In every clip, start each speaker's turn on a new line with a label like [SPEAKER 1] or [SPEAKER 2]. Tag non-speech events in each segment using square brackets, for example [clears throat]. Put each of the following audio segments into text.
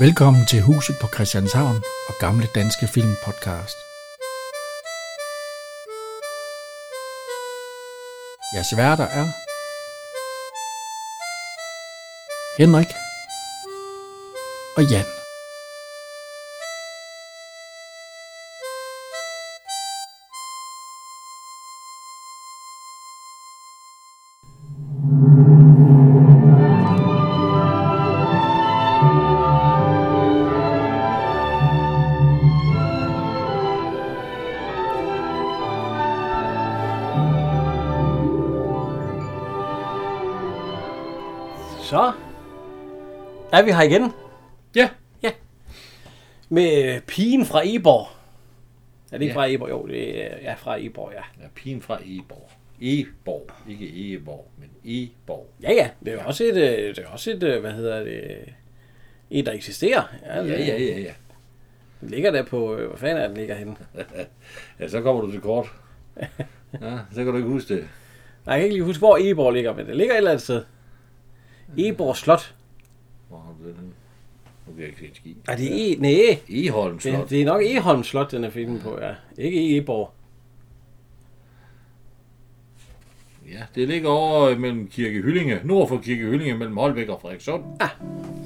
[SPEAKER 1] Velkommen til Huset på Christianshavn og Gamle Danske Film Podcast. Jeres værter er Henrik og Jan.
[SPEAKER 2] Så er vi her igen
[SPEAKER 3] Ja,
[SPEAKER 2] med øh, pigen fra Eborg. Er det ikke
[SPEAKER 3] Ja.
[SPEAKER 2] fra Eborg? Jo, det er ja, fra Eborg, ja.
[SPEAKER 3] ja pigen fra Eborg. Eborg, ikke Eborg, men Eborg.
[SPEAKER 2] Ja, ja. Det er jo også et, øh, det er også et øh, hvad hedder det, et, der eksisterer. Ja,
[SPEAKER 3] Ja, ja, ja, ja.
[SPEAKER 2] Den ligger der på, øh, hvor fanden er den ligger henne?
[SPEAKER 3] Ja, så kommer du til
[SPEAKER 2] [laughs]
[SPEAKER 3] kort. Ja, så kan du ikke huske det.
[SPEAKER 2] Nej, jeg kan ikke lige huske, hvor Eborg ligger, men det ligger et eller andet sted. Eborg Slot.
[SPEAKER 3] Hvor har du det henne? Nu kan jeg ikke se en ski.
[SPEAKER 2] Er det E? Næh.
[SPEAKER 3] Eholm Slot.
[SPEAKER 2] Det, det, er nok Eholm Slot, den er filmen på, ja. Ikke Eborg.
[SPEAKER 3] Ja, det ligger over øh, mellem Kirke Hyllinge, nord for Kirke Hyllinge, mellem Holbæk og Frederikssund.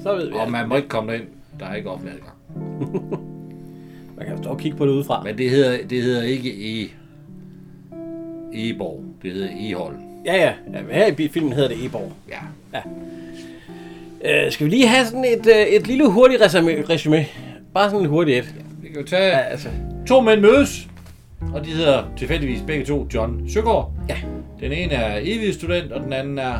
[SPEAKER 2] Så ved vi,
[SPEAKER 3] Og
[SPEAKER 2] at
[SPEAKER 3] man må ikke komme derind. Der er ikke offentlig adgang.
[SPEAKER 2] man kan jo stå og kigge på det udefra.
[SPEAKER 3] Men det hedder, det hedder ikke E... Eborg. Det hedder Eholm.
[SPEAKER 2] Ja, ja. ja men her i bi- filmen hedder det Eborg.
[SPEAKER 3] Ja.
[SPEAKER 2] Øh, skal vi lige have sådan et, øh, et lille hurtigt resume, resume? Bare sådan en hurtig et.
[SPEAKER 3] Vi kan jo tage...
[SPEAKER 2] Ja, altså.
[SPEAKER 3] To mænd mødes, og de hedder tilfældigvis begge to John Søgaard.
[SPEAKER 2] Ja.
[SPEAKER 3] Den ene er evig student, og den anden er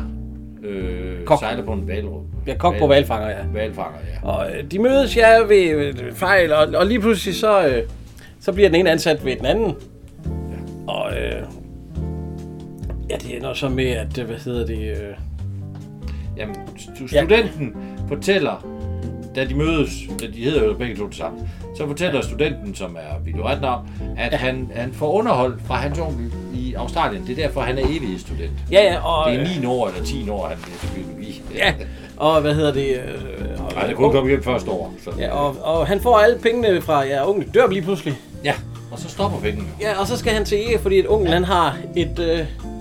[SPEAKER 3] øh,
[SPEAKER 2] Kok.
[SPEAKER 3] sejler på en valrup.
[SPEAKER 2] Jeg kok på valfanger, ja.
[SPEAKER 3] Valfanger, ja.
[SPEAKER 2] Og øh, de mødes, ja, ved, ved fejl, og, og lige pludselig så, øh, så bliver den ene ansat ved den anden. Og øh, ja, det ender så med, at, øh, hvad hedder det, øh,
[SPEAKER 3] Jamen, stu-
[SPEAKER 2] Ja.
[SPEAKER 3] studenten fortæller, da de mødes, da de hedder jo begge to det samme, så fortæller studenten, som er Vito Ratner, at han, han får underhold fra hans onkel i Australien. Det er derfor, han er evig student.
[SPEAKER 2] ja, ja, og,
[SPEAKER 3] Det
[SPEAKER 2] øh,
[SPEAKER 3] er 9 år eller 10 år, han læser biologi.
[SPEAKER 2] ja, og hvad hedder det, øh, og,
[SPEAKER 3] Nej, det kunne komme hjem første år. Så.
[SPEAKER 2] ja, og, og han får alle pengene fra, ja, onkel dør lige pludselig.
[SPEAKER 3] ja. Og så stopper pengene.
[SPEAKER 2] Ja, og så skal han til E, fordi at onkel, han har et øh,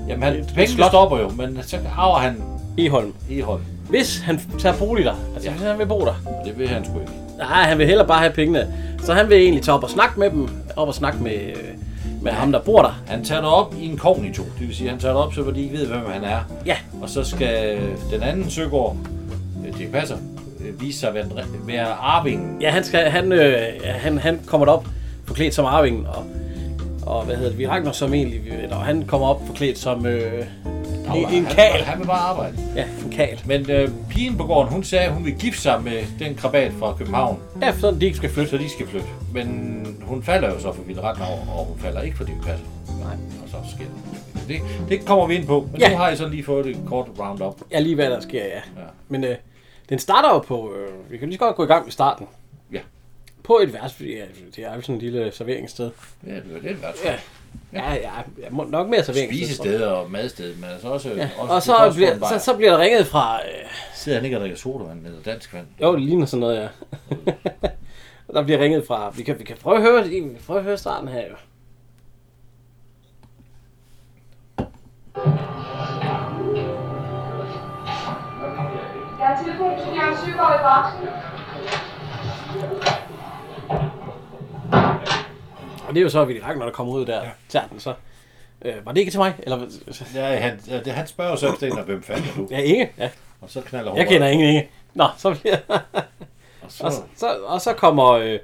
[SPEAKER 3] Jamen, han,
[SPEAKER 2] Et
[SPEAKER 3] pengene
[SPEAKER 2] slot.
[SPEAKER 3] stopper jo, men så arver han
[SPEAKER 2] Eholm.
[SPEAKER 3] Eholm.
[SPEAKER 2] Hvis han tager bolig der, altså ja.
[SPEAKER 3] Ja.
[SPEAKER 2] hvis han vil bo der,
[SPEAKER 3] Og det vil han sgu ikke.
[SPEAKER 2] Nej, han vil hellere bare have pengene. Så han vil egentlig tage op og snakke med dem. Op og snakke med, øh, med ham, der bor der.
[SPEAKER 3] Han tager det op i en kognito. Det vil sige, han tager det op, så hvor de ikke ved, hvem han er.
[SPEAKER 2] Ja,
[SPEAKER 3] Og så skal den anden Søgaard, øh, det passer, øh, vise sig at være, en dre- være arvingen.
[SPEAKER 2] ja han, skal, han, øh, han, han kommer derop forklædt som Arvingen. Og, og hvad hedder det, vi Ragnar som egentlig, og han kommer op forklædt som øh, en, en
[SPEAKER 3] han,
[SPEAKER 2] kal.
[SPEAKER 3] Han vil bare arbejde.
[SPEAKER 2] Ja, en kal.
[SPEAKER 3] Men øh, pigen på gården, hun sagde, at hun vil gifte sig med den krabat fra København,
[SPEAKER 2] Ja, for sådan de ikke skal flytte.
[SPEAKER 3] så de skal flytte. Men hun falder jo så for Ville Ragnar, og hun falder ikke for det passer. Nej. Og så sker det. det. Det kommer vi ind på, men
[SPEAKER 2] Ja.
[SPEAKER 3] ja. nu har jeg sådan lige fået et kort roundup.
[SPEAKER 2] Ja, lige hvad der sker, ja.
[SPEAKER 3] Ja.
[SPEAKER 2] Men øh, den starter jo på, øh, vi kan lige så godt gå i gang med starten.
[SPEAKER 3] Ja.
[SPEAKER 2] På et værts, fordi ja, det er jo sådan et lille serveringssted.
[SPEAKER 3] Ja, det var det i hvert
[SPEAKER 2] Ja.
[SPEAKER 3] fald.
[SPEAKER 2] Ja, ja, ja må- nok mere serveringssted. tror jeg.
[SPEAKER 3] Spisesteder og madsted, men altså også... Ja. også
[SPEAKER 2] Og så, bliver, så, så bliver der ringet fra... Øh,
[SPEAKER 3] Sidder han ikke og drikker sodavand eller dansk vand?
[SPEAKER 2] jo, det ligner sådan noget, ja. [laughs] Og der bliver ringet fra... Vi kan, vi kan prøve at høre, vi kan prøve at høre starten her, jo.
[SPEAKER 4] Jeg har tilbudt til Jørgen Søgaard i Bremsen.
[SPEAKER 2] Og det er jo så, at vi når der kommer ud der, ja. tager den så. Øh, var det ikke til mig? Eller, [laughs]
[SPEAKER 3] Ja, han, ja, det- han spørger jo så efter en, og hvem fanden er du?
[SPEAKER 2] ja, Inge. Ja,
[SPEAKER 3] Og så knaller hun
[SPEAKER 2] jeg
[SPEAKER 3] over,
[SPEAKER 2] kender ingen Inge. Nå, så bliver...
[SPEAKER 3] [laughs] Og så,
[SPEAKER 2] og, så, [laughs] så, og så kommer... Øh,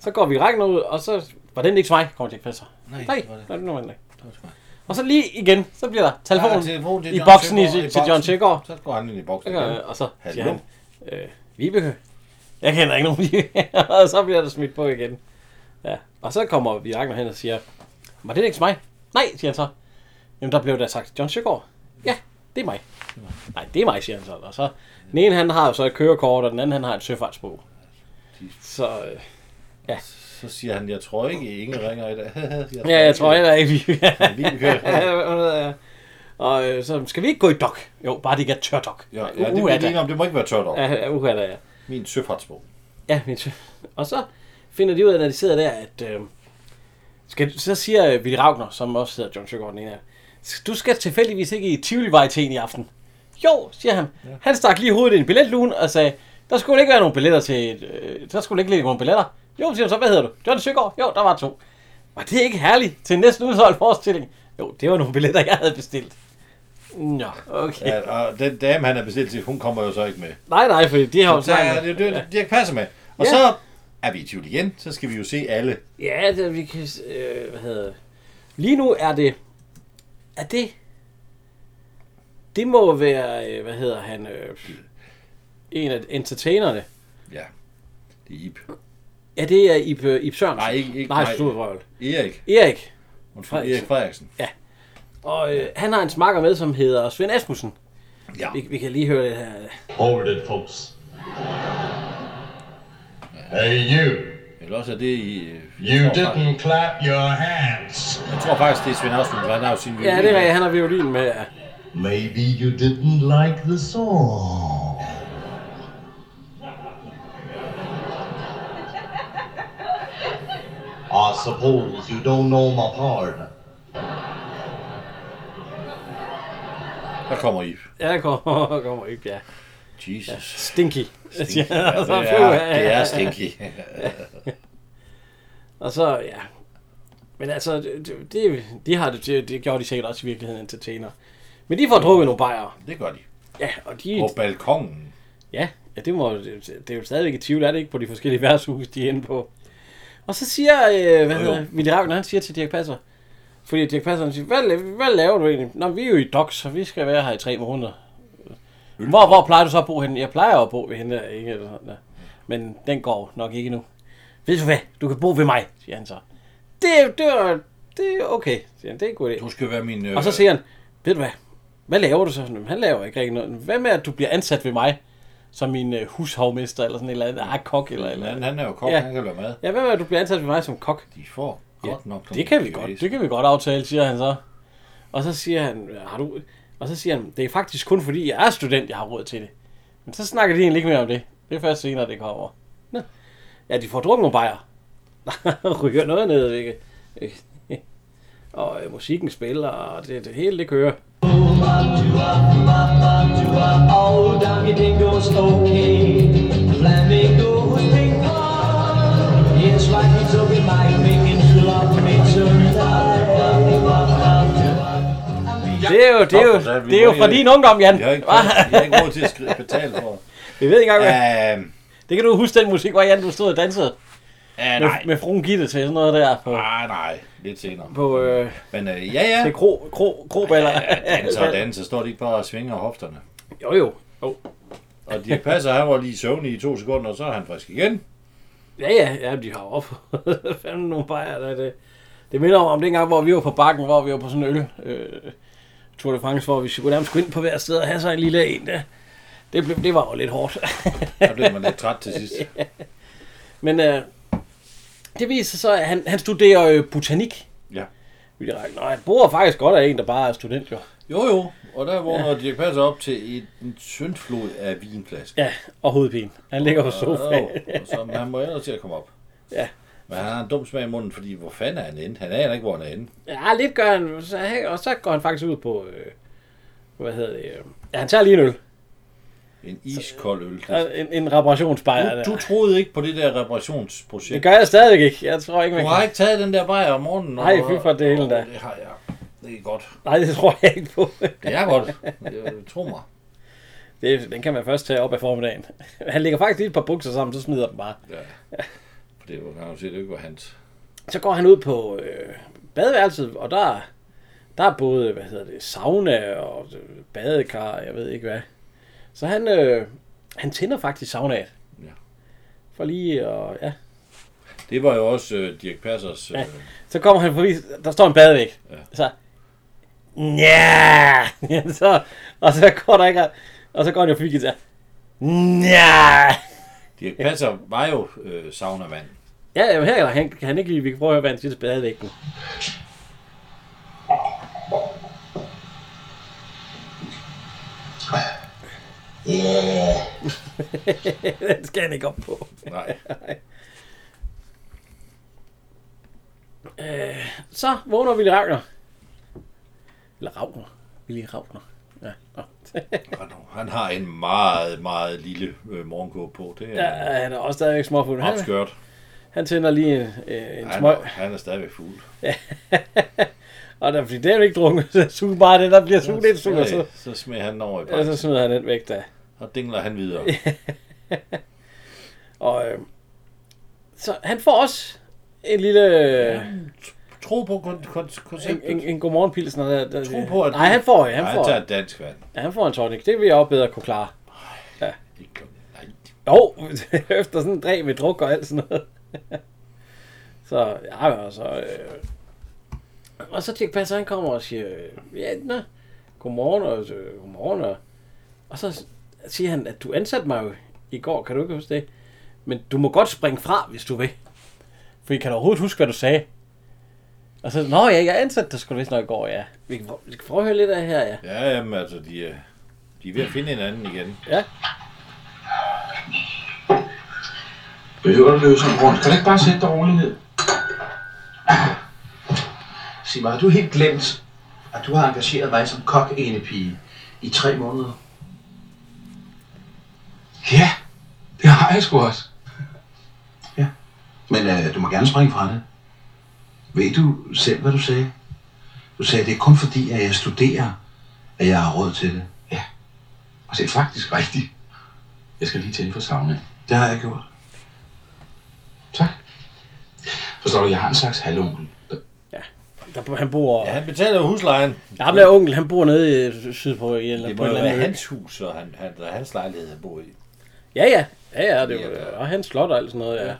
[SPEAKER 2] så går vi Ragnar ud, og så... Var den ikke til mig? Kommer det ikke passer.
[SPEAKER 3] Nej,
[SPEAKER 2] nej,
[SPEAKER 3] det var det.
[SPEAKER 2] nej, det var den ikke.
[SPEAKER 3] Det var til mig.
[SPEAKER 2] Og så lige igen, så bliver der telefonen
[SPEAKER 3] Ja, telefon til
[SPEAKER 2] i
[SPEAKER 3] John
[SPEAKER 2] boksen i,
[SPEAKER 3] Søgaard, i
[SPEAKER 2] til John
[SPEAKER 3] boksen.
[SPEAKER 2] Tjekgaard.
[SPEAKER 3] Så går han ind i boksen igen.
[SPEAKER 2] Øh, og så
[SPEAKER 3] Hallo?
[SPEAKER 2] siger han, øh, Vibeke, jeg kender ikke nogen Vibeke. [laughs] og så bliver der smidt på igen. Ja. Og så kommer vi Ragnar hen og siger, var det ikke mig? Nej, siger han så. Jamen, der blev der sagt, John Søgaard. Ja, det er mig. Nej, det er mig, siger han så. Og så, den ene han har jo så et kørekort, og den anden han har et søfartsbog. Så, øh,
[SPEAKER 3] Så siger han, jeg tror ikke, Inge ringer i dag. [laughs] jeg
[SPEAKER 2] ja, jeg tror heller ikke,
[SPEAKER 3] [laughs]
[SPEAKER 2] vi...
[SPEAKER 3] Vi kan køre.
[SPEAKER 2] Ja, [laughs] og øh, så skal vi ikke gå i dok? Jo, bare det ikke er tørdok.
[SPEAKER 3] Ja, ja, det,
[SPEAKER 2] uh,
[SPEAKER 3] uh,
[SPEAKER 2] er
[SPEAKER 3] det, det, om, det må ikke være tørt over.
[SPEAKER 2] Ja, uh, er der, ja.
[SPEAKER 3] Min søfartsbog.
[SPEAKER 2] Ja, min søn. Og så finder de ud af, når de sidder der, at... Øh, skal, så siger øh, Willy Ragnar, som også hedder John Søgaard, den ene af dem, du skal tilfældigvis ikke i Tivoli til en i aften. Jo, siger han. Ja. Han stak lige hovedet i en billetluge og sagde, der skulle ikke være nogen billetter til... et, Øh, der skulle ikke ligge nogen billetter. Jo, siger han så, hvad hedder du? John Søgaard? Jo, der var to. Var det ikke herligt til næsten udsolgt forestilling? Jo, det var nogle billetter, jeg havde bestilt. Nå, okay. Ja.
[SPEAKER 3] Ja, og den dame, han har bestilt til, hun kommer jo så ikke med.
[SPEAKER 2] Nej, nej, for det har jo
[SPEAKER 3] Så er
[SPEAKER 2] snakket.
[SPEAKER 3] det, det, det, Dirk Passer med. Og
[SPEAKER 2] Ja.
[SPEAKER 3] så er vi i tvivl igen, så skal vi jo se alle.
[SPEAKER 2] Ja, det, vi kan... Øh, hvad hedder det? Lige nu er det... Er det... Det må være... Øh, hvad hedder han? Øh, en af entertainerne.
[SPEAKER 3] Ja, det er Ip.
[SPEAKER 2] Ja, det er Ib, øh, Ib Sørensen.
[SPEAKER 3] Nej, ikke, ikke
[SPEAKER 2] Nej, nej.
[SPEAKER 3] Erik.
[SPEAKER 2] Erik.
[SPEAKER 3] Undskyld, Erik Frederiksen.
[SPEAKER 2] Og øh, han har en smakker med, som hedder Svend Asmussen.
[SPEAKER 3] Ja.
[SPEAKER 2] Vi, vi kan lige høre det her.
[SPEAKER 5] Hold it, folks. Hey, you.
[SPEAKER 3] Eller også er det i... øh,
[SPEAKER 5] You
[SPEAKER 3] jeg tror faktisk-
[SPEAKER 5] didn't clap your hands.
[SPEAKER 3] Jeg tror faktisk, det er Svend Austen, for han har jo sin
[SPEAKER 2] Ja, det er rigtigt. Han har violin med. ja.
[SPEAKER 5] Maybe you didn't like the song. I suppose you don't know my part.
[SPEAKER 3] Der kommer Ip.
[SPEAKER 2] Ja, der kommer, [laughs] kommer Ib, ja.
[SPEAKER 3] Jesus.
[SPEAKER 2] Stinky. [laughs]
[SPEAKER 3] Stinky. Ja,
[SPEAKER 2] og så-
[SPEAKER 3] [laughs] det, er, det er stinky. [laughs]
[SPEAKER 2] Og så, ja. Men altså, det, det, de har, det, det gjorde de sikkert også i virkeligheden entertainer. Men de får drukket nogle bajere.
[SPEAKER 3] Det gør de.
[SPEAKER 2] Ja, og de...
[SPEAKER 3] På balkongen.
[SPEAKER 2] Ja, ja det, må, det, det er jo stadigvæk i tvivl, er det ikke, på de forskellige [laughs] værtshuse, de er inde på. Og så siger, øh, hvad
[SPEAKER 3] Jo, jo.
[SPEAKER 2] hedder, Willy Ravner, han siger til Dirk Passer, fordi Dirk Passer han siger, hvad, la- hvad laver du egentlig? Nå, vi er jo i Dox, så vi skal være her i tre måneder. Hvor, hvor plejer du så at bo henne? Jeg plejer at bo ved hende der, ikke? Eller sådan der. Men den går nok ikke nu. Ved du hvad? Du kan bo ved mig, siger han så. Det, det, var- det er okay, siger han. Det er en god idé.
[SPEAKER 3] Du skal være min... Øh,
[SPEAKER 2] Og så siger han, ved du hvad, hvad laver du så? Sådan, Han laver ikke rigtig noget. Hvad med, at du bliver ansat ved mig, som min øh, hushovmester, eller sådan et eller andet, ah, kok eller et eller
[SPEAKER 3] han,
[SPEAKER 2] andet.
[SPEAKER 3] han er jo kok,
[SPEAKER 2] Ja.
[SPEAKER 3] ja. han kan lave mad.
[SPEAKER 2] Ja, hvad med, at du bliver ansat ved mig som kok?
[SPEAKER 3] De får godt nok...
[SPEAKER 2] Det kan vi
[SPEAKER 3] nogle
[SPEAKER 2] godt,
[SPEAKER 3] pæs.
[SPEAKER 2] det kan vi godt aftale, siger han så. Og så siger han, "Øh, har du... Og så siger han, det er faktisk kun fordi, jeg er student, jeg har råd til det. Men så snakker de egentlig ikke mere om det. Det er først senere, det kommer. Nå. Ja, de får drukket nogle bajer. [laughs] Ryger noget ned, ikke? [laughs] og øh, musikken spiller, og det, det hele det kører.
[SPEAKER 6] Oh, Donkey Dingo's okay. Flamingo with ping pong. It's like he's over my making love me tonight.
[SPEAKER 2] Det er jo, det er
[SPEAKER 3] Nå, så er
[SPEAKER 2] jo,
[SPEAKER 3] vi
[SPEAKER 2] det er jo
[SPEAKER 3] med i
[SPEAKER 2] fra
[SPEAKER 3] det.
[SPEAKER 2] din ungdom, Jan.
[SPEAKER 3] Jeg har ikke,
[SPEAKER 2] Hva?
[SPEAKER 3] jeg har ikke råd til at skrive, betale for.
[SPEAKER 2] [laughs] Vi ved ikke engang, hvad.
[SPEAKER 3] Uh,
[SPEAKER 2] Det kan du huske den musik, hvor Jan, du stod og dansede
[SPEAKER 3] uh,
[SPEAKER 2] med,
[SPEAKER 3] nej.
[SPEAKER 2] med fruen Gitte til sådan noget der på,
[SPEAKER 3] Nej, nej. Lidt senere.
[SPEAKER 2] på øh,
[SPEAKER 3] Men øh, ja, ja.
[SPEAKER 2] til kro, kro, kroballer.
[SPEAKER 3] Danser og danser, står de ikke bare og svinger hofterne.
[SPEAKER 2] Jo, jo. jo.
[SPEAKER 3] Og Dirk Passer, han var lige søvnig i to sekunder, og så er han frisk igen.
[SPEAKER 2] Ja, ja, ja, de har jo op. [laughs] Fanden nogle bajer, der er det. Det minder om, om dengang, hvor vi var på bakken, hvor vi var på sådan en øl. Øh, Tour de France, hvor vi skulle nærmest gå ind på hver sted og have sig en lille en. Der. Det, blev, det var jo lidt hårdt. [laughs]
[SPEAKER 3] [laughs] Der blev man lidt træt til sidst.
[SPEAKER 2] Men øh, det viser så, at han, han studerer øh, botanik.
[SPEAKER 3] Ja.
[SPEAKER 2] Willy Ragnar, han bor faktisk godt af en, der bare er student, jo.
[SPEAKER 3] Jo, jo. Og der vågner ja. Dirk Passer op til et, en syndflod af [laughs] vinflasker.
[SPEAKER 2] Ja, og hovedpine. Han ligger på sofaen.
[SPEAKER 3] Jo, og så, men han må ellers til at komme op.
[SPEAKER 2] Ja.
[SPEAKER 3] Men han har en dum smag i munden, fordi hvor fanden er han inde? Han aner ikke, hvor han er inde.
[SPEAKER 2] [laughs] Ja, lidt gør han. Så, han- og så går han faktisk ud på... Øh, hvad hedder det? Øh, ja, han tager lige en øl.
[SPEAKER 3] En iskold øl.
[SPEAKER 2] Der er En, en reparationsbejer der.
[SPEAKER 3] Du, du troede ikke på det der reparationsprojekt.
[SPEAKER 2] Det gør jeg stadigvæk ikke. Jeg tror ikke, man
[SPEAKER 3] Du har
[SPEAKER 2] kan.
[SPEAKER 3] ikke taget den der bajer om morgenen?
[SPEAKER 2] Nej, fy for dælen da.
[SPEAKER 3] Åh, Det har jeg. Det er godt.
[SPEAKER 2] Nej, det tror jeg ikke på. [laughs]
[SPEAKER 3] Det er godt. Jeg- Tro mig.
[SPEAKER 2] Det, den kan man først tage op af formiddagen. Han lægger faktisk lige et par bukser sammen, så smider den bare.
[SPEAKER 3] Ja. For det var jo set ikke, var hans.
[SPEAKER 2] Så går han ud på øh, badeværelset, og der, der er både, hvad hedder det, sauna og øh, badekar, jeg ved ikke hvad. Så han, øh, han tænder faktisk saunaet.
[SPEAKER 3] Ja.
[SPEAKER 2] For lige og ja.
[SPEAKER 3] Det var jo også øh, Dirk Passers... Øh,
[SPEAKER 2] Ja. Så kommer han forbi, der står en badevæg. Ja. Så, Nja! ja, [laughs] så, og så går der ikke, og så går han jo forbi guitar. Nja!
[SPEAKER 3] Dirk Passer var jo øh, saunavand.
[SPEAKER 2] Ja, jamen her kan han, kan han ikke lige. Vi kan prøve at høre, hvad han siger til badevægten. [laughs]
[SPEAKER 5] Yeah.
[SPEAKER 2] Den skal han ikke op på.
[SPEAKER 3] Nej.
[SPEAKER 2] Så vågner Willy Ragnar. Eller Ragnar. Willy Ragnar. Ja. nå. [laughs]
[SPEAKER 3] Han, han har en meget, meget lille øh, morgenkåb på. Det er ja,
[SPEAKER 2] ja, han er også stadigvæk småfuld. Han,
[SPEAKER 3] opskørt.
[SPEAKER 2] han tænder lige en, øh, en
[SPEAKER 3] Han,
[SPEAKER 2] smøg.
[SPEAKER 3] er- han er stadigvæk fuld.
[SPEAKER 2] Og der, fordi det er jo ikke drukket, så suger bare den, der bliver suget ind, suger, så,
[SPEAKER 3] så smider han den over i
[SPEAKER 2] altså. ja, så
[SPEAKER 3] banken,
[SPEAKER 2] smider han den væk der.
[SPEAKER 3] og dingler han videre.
[SPEAKER 2] Og øh, så han får også en lille... Ja,
[SPEAKER 3] Tro på kon- kon-
[SPEAKER 2] en,
[SPEAKER 3] konceptet.
[SPEAKER 2] en, en godmorgenpilsner der, der
[SPEAKER 3] Tro på, at
[SPEAKER 2] Nej, han får, han,
[SPEAKER 3] Nej, han
[SPEAKER 2] får,
[SPEAKER 3] tager et dansk vand.
[SPEAKER 2] ja, han får en tonic. Det vil jeg også bedre kunne klare.
[SPEAKER 3] Ikke kun- Nej,
[SPEAKER 2] Jo, [laughs] efter sådan en dræb med druk og alt sådan noget. [laughs] så, ja, og så... Øh. Og så Dirk Passer, han kommer og siger, øh, ja, nå, godmorgen, og øh, godmorgen, og, og så siger han, at du ansatte mig jo i går, kan du ikke huske det? Men du må godt springe fra, hvis du vil. For I kan overhovedet huske, hvad du sagde. Og så, nå ja, jeg ansatte dig sgu vist nok i går, ja. Vi kan, vi kan prøve at høre lidt af her, ja.
[SPEAKER 3] Ja, jamen altså, de, er- de er ved at finde hinanden igen.
[SPEAKER 2] Ja,
[SPEAKER 7] Behøver du løbe sådan rundt? Kan du ikke bare sætte dig roligt ned?
[SPEAKER 8] Sig mig, har du helt glemt, at du har engageret mig som kok pige i tre måneder?
[SPEAKER 7] Ja, det har jeg sgu også.
[SPEAKER 8] Men øh, du må gerne springe fra det. Ved du selv, hvad du sagde? Du sagde, det er kun fordi, at jeg studerer, at jeg har råd til det.
[SPEAKER 7] Og det er faktisk rigtigt. Jeg skal lige tænde for savnet.
[SPEAKER 8] Det har jeg gjort.
[SPEAKER 7] Tak. Forstår du, jeg har en slags halvonkel.
[SPEAKER 2] der, han bor...
[SPEAKER 3] Ja, han betaler jo huslejen.
[SPEAKER 2] Ja, ham der onkel, han bor nede i sydpå i eller
[SPEAKER 3] Det
[SPEAKER 2] på
[SPEAKER 3] må
[SPEAKER 2] en
[SPEAKER 3] jo
[SPEAKER 2] eller anden
[SPEAKER 3] være
[SPEAKER 2] ø.
[SPEAKER 3] hans hus, og han, han, der er hans lejlighed, han bor i.
[SPEAKER 2] Ja, ja. Ja, ja, det var,
[SPEAKER 3] Ja.
[SPEAKER 2] og hans slot og alt sådan noget, øh, ja.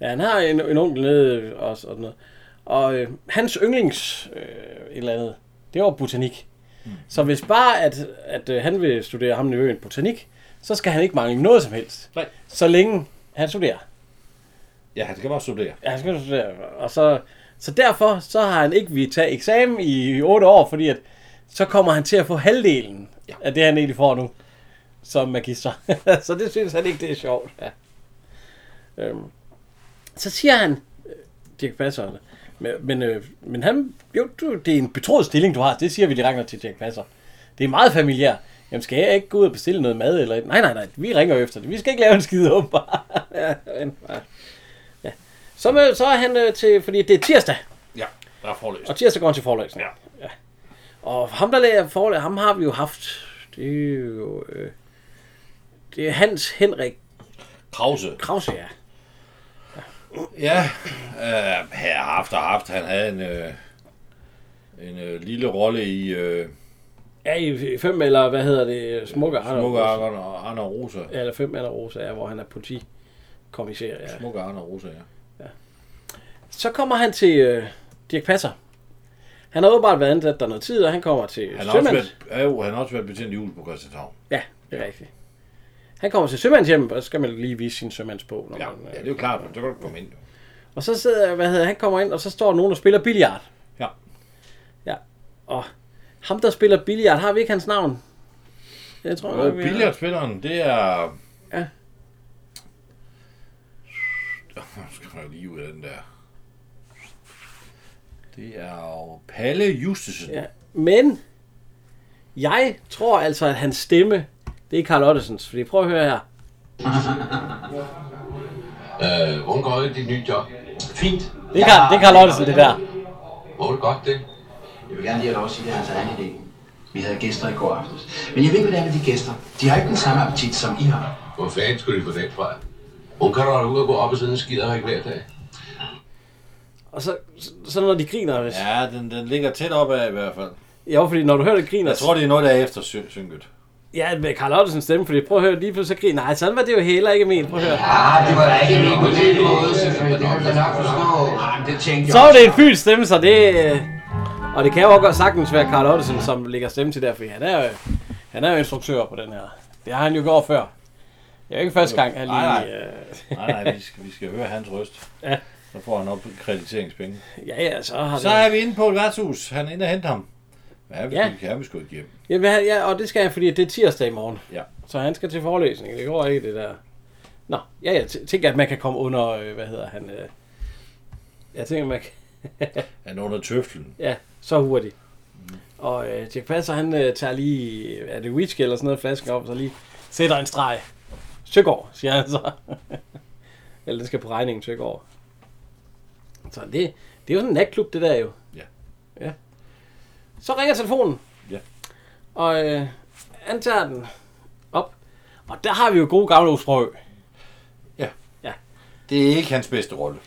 [SPEAKER 2] Ja, han har en, en onkel nede og sådan noget. Og øh, hans yndlings øh, et eller andet, det var botanik. Mm. Så hvis bare, at, at øh, han vil studere ham nevøen botanik, så skal han ikke mangle noget som helst.
[SPEAKER 3] Nej.
[SPEAKER 2] Så længe han studerer.
[SPEAKER 3] Ja, han skal bare studere.
[SPEAKER 2] Ja, han skal studere. Og så, så derfor, så har han ikke vil tage eksamen i 8 år, fordi at, så kommer han til at få halvdelen ja. af det, han egentlig får nu som magister. [laughs] så det synes han ikke, det er sjovt. Ja. Øhm. Så siger han, øh, Dirk Passer, men, men, øh, men han, jo, du, det er en betroet stilling, du har. Det siger vi direkte til Dirk Passer. Det er meget familiært. Jamen, skal jeg ikke gå ud og bestille noget mad? Eller... Nej, nej, nej, vi ringer jo efter det. Vi skal ikke lave en skide om, bare. [laughs] ja, men, ja. Så, med, så er han øh, til, fordi det er tirsdag,
[SPEAKER 3] Ja, der er forløst.
[SPEAKER 2] og tirsdag går han til forelæsning.
[SPEAKER 3] Ja.
[SPEAKER 2] ja. Og ham, der lærer forelæsning, ham har vi jo haft, det er jo, øh, det er Hans Henrik
[SPEAKER 3] Krause.
[SPEAKER 2] Krause, ja.
[SPEAKER 3] Ja, øh, her haft og haft. Han havde en, øh, en øh, lille rolle i øh,
[SPEAKER 2] Ja, i i fem eller hvad hedder det, Smukke Arne
[SPEAKER 3] Smukke
[SPEAKER 2] Rosa.
[SPEAKER 3] Arne og Arne og Rosa.
[SPEAKER 2] Ja, eller fem eller Rosa, ja, hvor han er politikommissær. Ja.
[SPEAKER 3] Smukke Arne og Rosa, ja.
[SPEAKER 2] Så kommer han til øh, Dirk Passer. Han har åbenbart været ansat der noget tid, og han kommer til
[SPEAKER 3] Han har, også
[SPEAKER 2] Sømands.
[SPEAKER 3] været, ja, jo, han har også været betjent i jul på Christianshavn.
[SPEAKER 2] Ja, det er rigtigt. Han kommer til sømandshjem, og så skal man lige vise sin sømandsbog. Når
[SPEAKER 3] Ja,
[SPEAKER 2] man, øh,
[SPEAKER 3] ja, det er jo klart, men så kan du komme ind. jo.
[SPEAKER 2] Og så sidder, hvad hedder, han kommer ind, og så står der nogen, der spiller billiard.
[SPEAKER 3] Ja.
[SPEAKER 2] Ja. Og ham, der spiller billiard, har vi ikke hans navn? Jeg tror,
[SPEAKER 3] Og
[SPEAKER 2] vi har.
[SPEAKER 3] billiardspilleren, det er...
[SPEAKER 2] Ja.
[SPEAKER 3] Nu skal jeg lige ud af den der. Det er jo Palle Justesen.
[SPEAKER 2] Ja. Men jeg tror altså, at hans stemme, det er Karl Ottesens. Fordi prøv at høre her.
[SPEAKER 7] Øh, hvordan går det i dit nye job?
[SPEAKER 8] Fint.
[SPEAKER 2] Det er Karl, det er Karl Ottesen, det der.
[SPEAKER 7] Hvor er det godt, det?
[SPEAKER 8] Jeg vil gerne lige have lov at sige, at hans egen idé. Vi havde gæster i går aftes. Men jeg ved ikke, hvordan med de gæster. De har ikke den samme appetit, som I har.
[SPEAKER 7] Hvor fanden skulle de få den fra? Hun kan da ud og gå op og sidde en skiderik hver dag.
[SPEAKER 2] Og så, så, så når de griner, hvis... Ja.
[SPEAKER 3] Ja, den, den ligger tæt op af i hvert fald.
[SPEAKER 2] Jo, fordi når du hører det griner...
[SPEAKER 3] Jeg tror, det er noget, der er efter sy- synket.
[SPEAKER 2] Ja, med Karl Ottesens stemme, fordi prøv at høre, lige pludselig så griner... Nej, sådan var det jo heller ikke men. Prøv at høre.
[SPEAKER 8] Ah, det var da ikke min på den måde, selvfølgelig. Det kan jeg nok forstå. Ah, men det tænkte
[SPEAKER 2] Så er det en fyldt stemme, så det... øh, Og det kan jo også godt sagtens være Carl Ottesen, som lægger stemme til der, fordi han er jo, han er jo instruktør på den her. Det har han jo gjort før. Det er jo ikke første gang, han
[SPEAKER 3] Nej,
[SPEAKER 2] lige... Øh, [laughs]
[SPEAKER 3] Nej, nej, vi skal, vi skal høre hans røst.
[SPEAKER 2] Ja.
[SPEAKER 3] Så får han op krediteringspenge.
[SPEAKER 2] ja, ja, så har
[SPEAKER 3] Så
[SPEAKER 2] det...
[SPEAKER 3] er vi inde på et værtshus. Han er inde og hente ham. Ja, vi,
[SPEAKER 2] Ja.
[SPEAKER 3] ja. ja, vi skulle igennem.
[SPEAKER 2] Jamen, han- ja, og det skal jeg, fordi det er tirsdag i morgen.
[SPEAKER 3] Ja.
[SPEAKER 2] Så han skal til forelæsning. Det går ikke, det der. Nå, ja, jeg tæ- tænker, at man kan komme under, øh, hvad hedder han? Øh, jeg tænker, man kan, [laughs]
[SPEAKER 3] Han er under tøflen.
[SPEAKER 2] ja, så hurtigt. Og øh, Jack Passer, han øh, tager lige, øh, er det whisky eller sådan noget, flasken op, og så lige sætter en streg. Søgaard, siger han så. [laughs] eller den skal på regningen, Søgaard. Så det, det er jo sådan en natklub, det der jo.
[SPEAKER 3] Ja.
[SPEAKER 2] ja. Så ringer telefonen.
[SPEAKER 3] Ja.
[SPEAKER 2] Og øh, han tager den op. Og der har vi jo gode gamle Osbrø.
[SPEAKER 3] Det er ikke hans bedste rolle.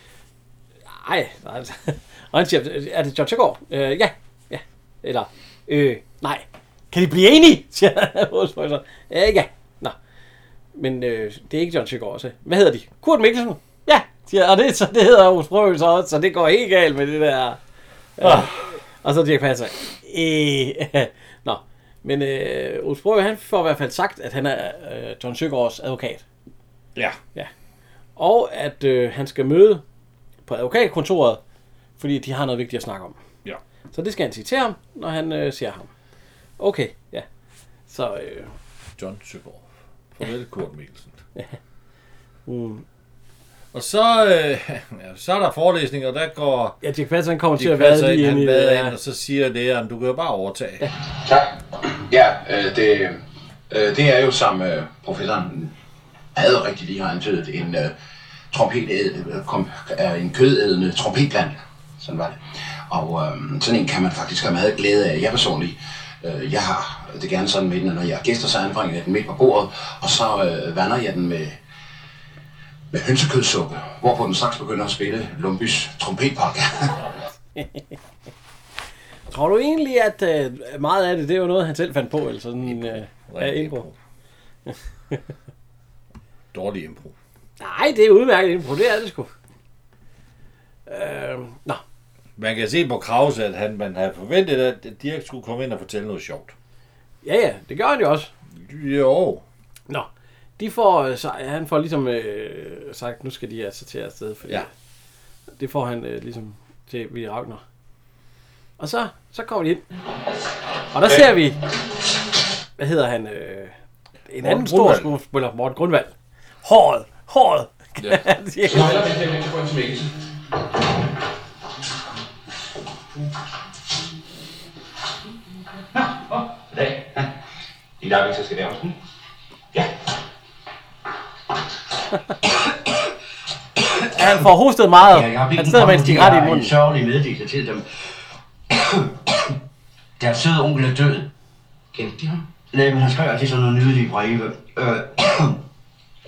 [SPEAKER 2] Ej, nej. Og han siger, er det John Søgaard? Øh, ja, ja. Eller, øh, nej. Kan de blive enige? [laughs] Siger han. Vores folk så, Øh, ja. Nå. Men øh, det er ikke John Søgaard så. Hvad hedder de? Kurt Mikkelsen? Ja, siger han. og det, så, det hedder Aarhus Brøgel så også, så det går helt galt med det der. Øh, og så Dirk Passer. Øh, [laughs] nå. Men øh, Aarhus Brøgel, han får i hvert fald sagt, at han er øh, John Søgaards advokat.
[SPEAKER 3] Ja.
[SPEAKER 2] Og at øh, han skal møde på advokatkontoret, fordi de har noget vigtigt at snakke om.
[SPEAKER 3] Ja.
[SPEAKER 2] Så det skal han sige til ham, når han øh, ser ham. Okay, ja. Så, øh,
[SPEAKER 3] John Søgaard. Farvel, Kurt Mikkelsen. Uh.
[SPEAKER 2] mm,
[SPEAKER 3] Og så, øh, [laughs] ja, så er der forelæsninger, og der går
[SPEAKER 2] ja, Dirk Passer, han kommer til
[SPEAKER 3] de
[SPEAKER 2] at være
[SPEAKER 3] passer ind,
[SPEAKER 2] lige
[SPEAKER 3] han
[SPEAKER 2] inde i øh,
[SPEAKER 3] bader ind,
[SPEAKER 2] det.
[SPEAKER 3] og så siger læreren, du kan jo bare overtage. Ja.
[SPEAKER 7] Tak. Ja, øh, det, øh, det er jo som øh, professoren havde rigtig lige har antydet, en øh, trompetæd- øh, kom, er en kødædende trompetplant. Sådan var det. Og øh, sådan en kan man faktisk have meget glæde af. Jeg personligt, øh, jeg har det gerne sådan med den, at når jeg er gæster, så anbringer jeg den midt på bordet, og så øh, vander jeg den med, med hønsekødsuppe, hvorpå den straks begynder at spille Lumbys trompetpakke. [laughs]
[SPEAKER 2] Tror du egentlig, at øh, meget af det, det er jo noget, han selv fandt på, eller sådan øh, af indbrud? [laughs]
[SPEAKER 3] Dårlig impro.
[SPEAKER 2] Nej, det er udmærket indbrud, det er det sgu. Øh, nå,
[SPEAKER 3] Man kan se på Krause, at han, man havde forventet, at Dirk skulle komme ind og fortælle noget sjovt.
[SPEAKER 2] ja ja, det gør han jo også.
[SPEAKER 3] Jo.
[SPEAKER 2] Nå, de får, øh, så, han får ligesom øh, sagt, nu skal de altså til afsted. Fordi
[SPEAKER 3] Ja.
[SPEAKER 2] Det får han øh, ligesom til vi Ragnar. Og så, så kommer de ind. Og der
[SPEAKER 3] Øh.
[SPEAKER 2] ser vi, hvad hedder han? Øh, en anden stor
[SPEAKER 3] Grundvald.
[SPEAKER 2] skuespiller, Morten Grundvald. Håret, håret. [laughs] Ja.
[SPEAKER 7] Goddag. I dag vi så skal være den. Ja.
[SPEAKER 2] han får hostet meget.
[SPEAKER 7] Ja, jeg har
[SPEAKER 2] han sidder med en cigaret i munden.
[SPEAKER 7] en sørgelig meddelelse til dem. [coughs] Deres søde onkel er død. Kendte de ham? Nej, men han skrev altid sådan nogle nydelige breve. Øh, [coughs]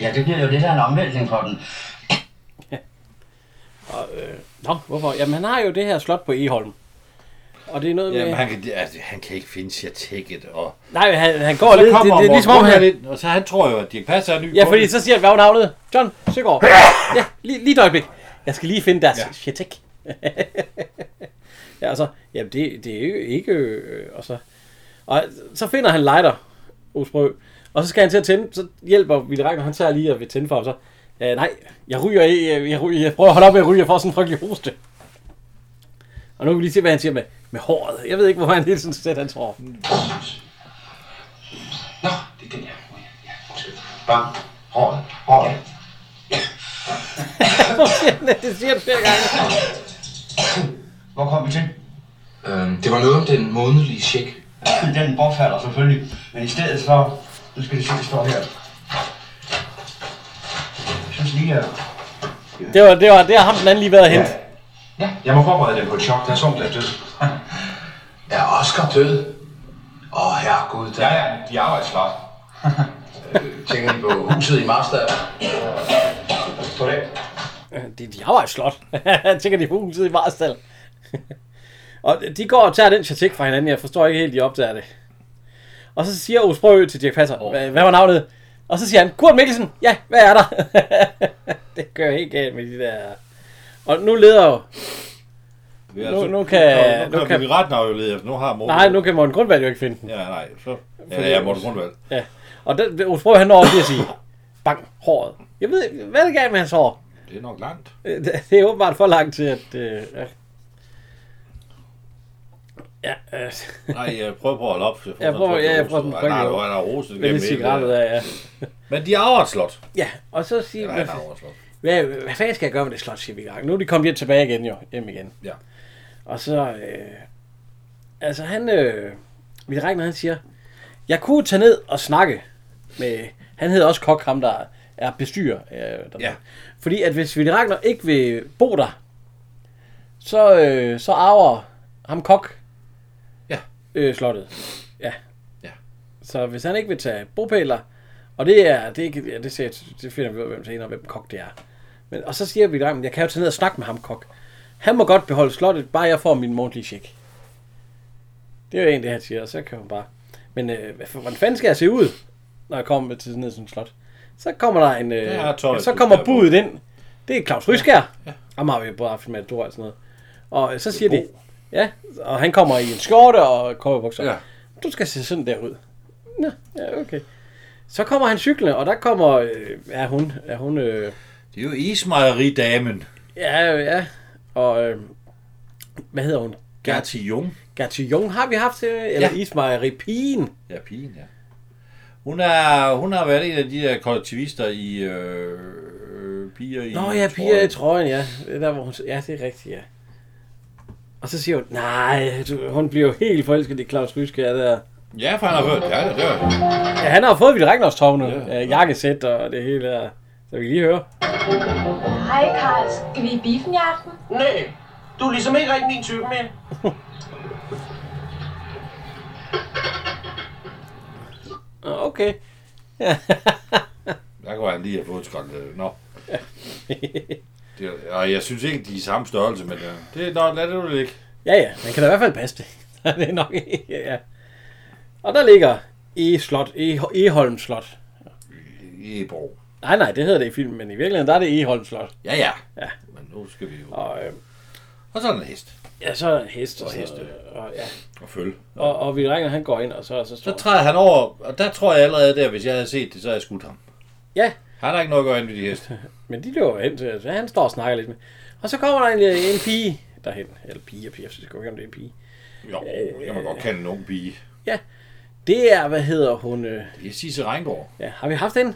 [SPEAKER 7] ja, det bliver jo lidt af en omvæltning for den.
[SPEAKER 2] Nå, hvorfor? Jamen han har jo det her slot på Eholm. Og det er noget
[SPEAKER 3] Jamen,
[SPEAKER 2] med...
[SPEAKER 3] han kan, altså, han kan ikke finde sig tækket. Og...
[SPEAKER 2] Nej, han, han går lidt... Det, det, det er ligesom om,
[SPEAKER 3] Morten
[SPEAKER 2] han,
[SPEAKER 3] Grundvald ind, og så han tror jo, at Dirk Passer er ny.
[SPEAKER 2] Ja,
[SPEAKER 3] på
[SPEAKER 2] fordi
[SPEAKER 3] det.
[SPEAKER 2] så siger han, hvad hun navnet? John Søgaard. Ja, lige, lige et øjeblik. Jeg skal lige finde deres ja.
[SPEAKER 3] Ja.
[SPEAKER 2] chetek. [laughs] ja, og så, jamen det, det er jo ikke, øh, og så, og så finder han lighter, Osbrø, og så skal han til at tænde, så hjælper Ville Ragnar, han tager lige og vil tænde for ham, så, øh, nej, jeg ryger, øh, jeg, jeg, ryger, jeg prøver at holde op med at ryge, jeg får sådan en frygtelig hoste. Og nu kan vi lige se, hvad han siger med, med håret. Jeg ved ikke, hvorfor han hele tiden sætter hans hår.
[SPEAKER 7] Nå, det er den her. Ja, undskyld. Bam. Håret. Håret.
[SPEAKER 2] [laughs] det siger han flere gange.
[SPEAKER 9] Hvor kom vi til?
[SPEAKER 7] Øhm, det var noget om den månedlige check.
[SPEAKER 9] Den bortfalder selvfølgelig, men i stedet for... Nu skal det se, det står her. Jeg synes lige, at...
[SPEAKER 2] Det var, det var, det har ham den anden lige været at hente.
[SPEAKER 7] Ja, jeg må forberede dem på et chok. Deres onkel er død.
[SPEAKER 8] [laughs] Er Oscar død? Åh, herregud, der
[SPEAKER 7] Ja, ja, de arbejder slot.
[SPEAKER 8] [laughs] tænker de på huset i Marstad.
[SPEAKER 7] Goddag.
[SPEAKER 2] Øh, [laughs] De, de har jo et slot. Jeg tænker, de er på huset i Marstal. [laughs] og de går og tager den chatik fra hinanden. Jeg forstår ikke helt, de opdager det. Og så siger Osbrø til Dirk Passer, "Hva- hvad var navnet? Og så siger han, Kurt Mikkelsen, ja, hvad er der? [laughs] det gør helt galt med de der... Og nu leder jo...
[SPEAKER 3] Ja,
[SPEAKER 2] nu-
[SPEAKER 3] så-
[SPEAKER 2] nu kan-
[SPEAKER 3] Nu, nu,
[SPEAKER 2] nu
[SPEAKER 3] kan
[SPEAKER 2] kan-
[SPEAKER 3] vi ret jo lede efter. Nu har Morten...
[SPEAKER 2] Nej, nu kan Morten Grundvald jo ikke finde den.
[SPEAKER 3] Ja, nej. Så... Ja, ja, Morten Grundvald.
[SPEAKER 2] Ja. Og der, Osbrø, han når op til at sige, [laughs] bang, håret. Jeg ved ikke, hvad er det galt med hans hår? [laughs]
[SPEAKER 3] Det er nok langt.
[SPEAKER 2] Øh, Det det er åbenbart for langt til, at... Øh, ja. Ja, øh,
[SPEAKER 3] Nej, jeg prøver på at holde op. Jeg
[SPEAKER 2] Jeg prøver- ja, jeg prøver-
[SPEAKER 3] Nej, nej, nej, nej, rosen
[SPEAKER 2] med
[SPEAKER 3] gennem
[SPEAKER 2] de cigaretter
[SPEAKER 3] hele.
[SPEAKER 2] der, ja.
[SPEAKER 3] Men de arver et slot.
[SPEAKER 2] Ja, og så sige,
[SPEAKER 3] Eller han
[SPEAKER 2] hvad,
[SPEAKER 3] arver et slot.
[SPEAKER 2] hvad, hvad fanden skal jeg gøre med det slot, siger vi i gang. Nu er de kommet hjem tilbage igen jo, hjem igen.
[SPEAKER 3] Ja.
[SPEAKER 2] Og så, øh, altså han, øh, vi regner, han siger, jeg kunne tage ned og snakke med, han hedder også Kok, ham der er bestyrer. Øh, der,
[SPEAKER 3] Ja.
[SPEAKER 2] Fordi at hvis Ville Ragnar ikke vil bo der, så, øh, så arver ham Kok
[SPEAKER 3] Ja.
[SPEAKER 2] øh, slottet. Ja.
[SPEAKER 3] Ja.
[SPEAKER 2] Så hvis han ikke vil tage bopæler, og det er, det, er ikke, ja, det, ser, det finder vi ud af, hvem senere, hvem Kok det er. Men, og så siger vi at jeg kan jo tage ned og snakke med ham, Kok. Han må godt beholde slottet, bare jeg får min månedlige check. Det er jo egentlig det, han siger, og så kan hun bare... Men øh, hvad for- hvordan fanden skal jeg se ud, når jeg kommer til ned sådan et slot? Så kommer der en... Øh,
[SPEAKER 3] Ja, tøj,
[SPEAKER 2] så
[SPEAKER 3] du
[SPEAKER 2] kommer
[SPEAKER 3] skal på.
[SPEAKER 2] budet ind. Det er Claus Ryskær. Ja. Ham har vi jo både haft med Dora og sådan noget. Og øh, så siger de... Ja, og han kommer i en skjorte og kobberbukser.
[SPEAKER 3] Ja.
[SPEAKER 2] Du skal se sådan der ud. Nå, ja, okay. Så kommer han cyklende, og der kommer... Øh, er hun... Er hun øh,
[SPEAKER 3] Det er jo ismejeridamen.
[SPEAKER 2] Ja, ja. Og øh, hvad hedder hun?
[SPEAKER 3] Gerti Jung.
[SPEAKER 2] Gerti Jung har vi haft, øh, eller ja.
[SPEAKER 3] Ja.
[SPEAKER 2] Ismejeri Pigen.
[SPEAKER 3] Ja, pigen, ja. Hun, er, hun har været en af de der kollektivister i øh, øh, piger i...
[SPEAKER 2] Nå ja,
[SPEAKER 3] tror
[SPEAKER 2] piger i
[SPEAKER 3] jeg.
[SPEAKER 2] trøjen, ja. Det er der, hvor hun, ja, det er rigtigt, ja. Og så siger hun, nej, du, hun bliver jo helt forelsket i Claus Ryskjær der.
[SPEAKER 3] Ja, for han har hørt. Ja, det er det.
[SPEAKER 2] Ja, han har jo fået Ville Ragnars tog nu.
[SPEAKER 3] Ja.
[SPEAKER 2] Ja, ja. Jakkesæt og det hele der. Så vi kan lige høre.
[SPEAKER 4] Hej, Karl. Skal vi i biffen i aften?
[SPEAKER 9] Nej, du er ligesom ikke rigtig min type mere.
[SPEAKER 2] Nå, Okay.
[SPEAKER 3] Der kunne han lige have fået skrællet.
[SPEAKER 2] [laughs]
[SPEAKER 3] det. Nå. Det, er- og jeg synes ikke, de er i samme størrelse, men øh, det, nå, lad det nu ligge.
[SPEAKER 2] Ja, ja, man kan da i hvert fald passe det. [laughs] det er nok ikke, ja. Og der ligger E. Slot, e, Eholm Slot.
[SPEAKER 3] Ebro.
[SPEAKER 2] Nej, nej, det hedder det i filmen, men i virkeligheden, der er det Eholm Slot.
[SPEAKER 3] Ja, ja.
[SPEAKER 2] Ja.
[SPEAKER 3] Men nu skal vi jo...
[SPEAKER 2] Og øh,
[SPEAKER 3] Og så er der en hest.
[SPEAKER 2] ja, så er der en hest og,
[SPEAKER 3] Og
[SPEAKER 2] heste.
[SPEAKER 3] heste.
[SPEAKER 2] Og, ja.
[SPEAKER 3] Og følge.
[SPEAKER 2] og, og vi ringer, han går ind, og så, så står
[SPEAKER 3] Så træder han over, og der tror jeg allerede der, hvis jeg havde set det, så havde jeg skudt ham.
[SPEAKER 2] Ja,
[SPEAKER 3] Han har ikke noget at gøre ind med de
[SPEAKER 2] [laughs]
[SPEAKER 3] heste.
[SPEAKER 2] men de løber hen til, så han står og snakker lidt med. Og så kommer der en, øh, en pige derhen. Eller pige og pige, jeg synes ikke, om det er en pige.
[SPEAKER 3] Jo, jeg må godt kende en ung pige.
[SPEAKER 2] Det er, hvad hedder hun? Øh,
[SPEAKER 3] Det er Sisse Reingård.
[SPEAKER 2] ja, har vi haft den? Åh,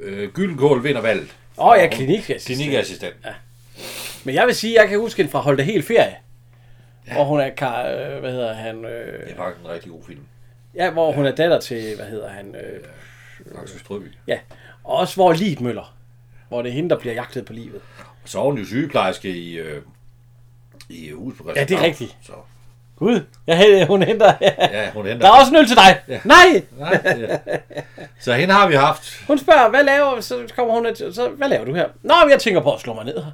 [SPEAKER 3] Øh, Gyldenkål vinder valget.
[SPEAKER 2] oh, ja, klinikassistent.
[SPEAKER 3] Klinikassistent. Ja.
[SPEAKER 2] Men jeg vil sige, jeg kan huske hende fra Hold det helt ferie. Ja. Hvor hun er, kar, øh, hvad hedder han? Øh,
[SPEAKER 3] Det er faktisk en rigtig god film.
[SPEAKER 2] ja, hvor hun er datter til, hvad hedder han? Øh,
[SPEAKER 3] Axel Strøby.
[SPEAKER 2] ja. Og også hvor Liet Møller. Hvor det er hende, der bliver jagtet på livet.
[SPEAKER 3] Og så er hun jo sygeplejerske i, øh, i hus på
[SPEAKER 2] Ja, det er rigtigt.
[SPEAKER 3] Så,
[SPEAKER 2] Gud, jeg, hel- [laughs] hun henter...
[SPEAKER 3] ja, hun henter.
[SPEAKER 2] Der er også en øl til dig. Ja. Nej!
[SPEAKER 3] Nej, ja. Så hende har vi haft.
[SPEAKER 2] Hun spørger, hvad laver, så kommer hun, og- så, hvad laver du her? Nå, men jeg tænker på at slå mig ned her.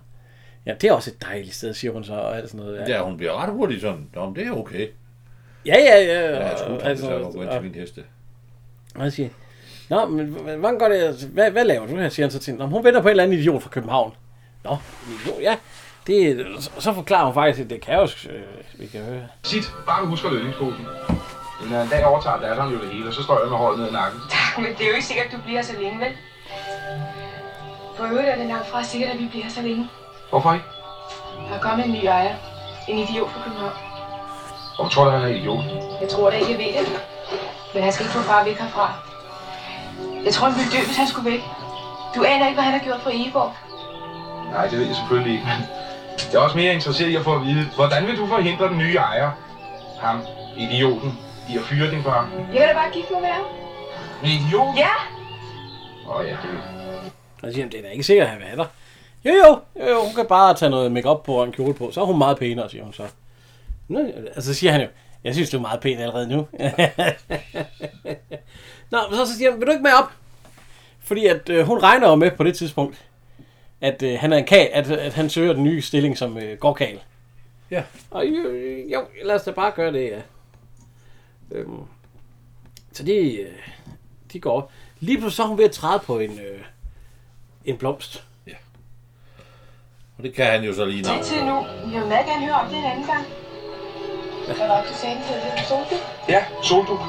[SPEAKER 2] Ja, det er også et dejligt sted, siger hun så, og alt sådan noget. Ja,
[SPEAKER 3] Ja, hun bliver ret hurtigt sådan. Nå, men det er okay.
[SPEAKER 2] ja, ja. ja,
[SPEAKER 3] Ja,
[SPEAKER 2] og-
[SPEAKER 3] jeg skulle
[SPEAKER 2] alt
[SPEAKER 3] altså,
[SPEAKER 2] sådan noget.
[SPEAKER 3] gå ind til
[SPEAKER 2] og,
[SPEAKER 3] min heste.
[SPEAKER 2] og han siger, Nå, men h- h- hvordan går det, altså, hvad, hvad laver du her, siger han så til hende. Nå, men hun venter på en eller anden idiot fra København. Nå, en idiot, ja. Det, så, så forklarer hun faktisk, at det kan jo, øh, vi kan høre.
[SPEAKER 7] Sit, bare husk at lønningsposen. Når en øh, dag overtager datteren jo det hele, og så står jeg med håret ned i nakken.
[SPEAKER 4] Men det er jo ikke sikkert, du bliver så længe, vel? På øvrigt er det langt fra sikkert, at vi bliver så længe.
[SPEAKER 7] Hvorfor ikke?
[SPEAKER 4] Der er kommet en ny ejer. En idiot fra København.
[SPEAKER 7] Hvorfor tror du, han er idiot?
[SPEAKER 4] Jeg tror da ikke, jeg ved det. Men han skal ikke få far væk herfra. Jeg tror, han ville dø, hvis han skulle væk. Du aner ikke, hvad han har gjort for Egeborg.
[SPEAKER 7] Nej, det ved jeg selvfølgelig ikke, men jeg er også mere interesseret i at få at vide, hvordan vil du forhindre den nye ejer, ham, idioten, i at fyre din far?
[SPEAKER 4] Jeg kan da bare gifte mig med ham.
[SPEAKER 7] Idiot?
[SPEAKER 4] Ja!
[SPEAKER 7] Åh oh, ja, det er
[SPEAKER 2] Og så siger han, det er da ikke sikkert, at han vil have dig. Jo, jo, jo, jo, hun kan bare tage noget makeup på og en kjole på, så er hun meget pænere, siger hun så. Nå, altså så siger han jo, jeg synes, du er meget pæn allerede nu. [laughs] Nå, men så, så siger han, vil du ikke med op? Fordi at øh, hun regner jo med på det tidspunkt, at øh, han er en kag, at, at han søger den nye stilling som øh, gårdkagel.
[SPEAKER 3] Ja.
[SPEAKER 2] Og jo, jo, lad os da bare gøre det, ja. Øhm, så de, øh, de går op. Lige pludselig så er hun ved at træde på en, øh, en blomst.
[SPEAKER 3] Og det kan han jo så lige nu.
[SPEAKER 4] Det er tid nu. Jeg vil meget gerne høre om det en anden gang. Hvad var det, du sagde, den hedder Det er solte?
[SPEAKER 7] Ja, solduk.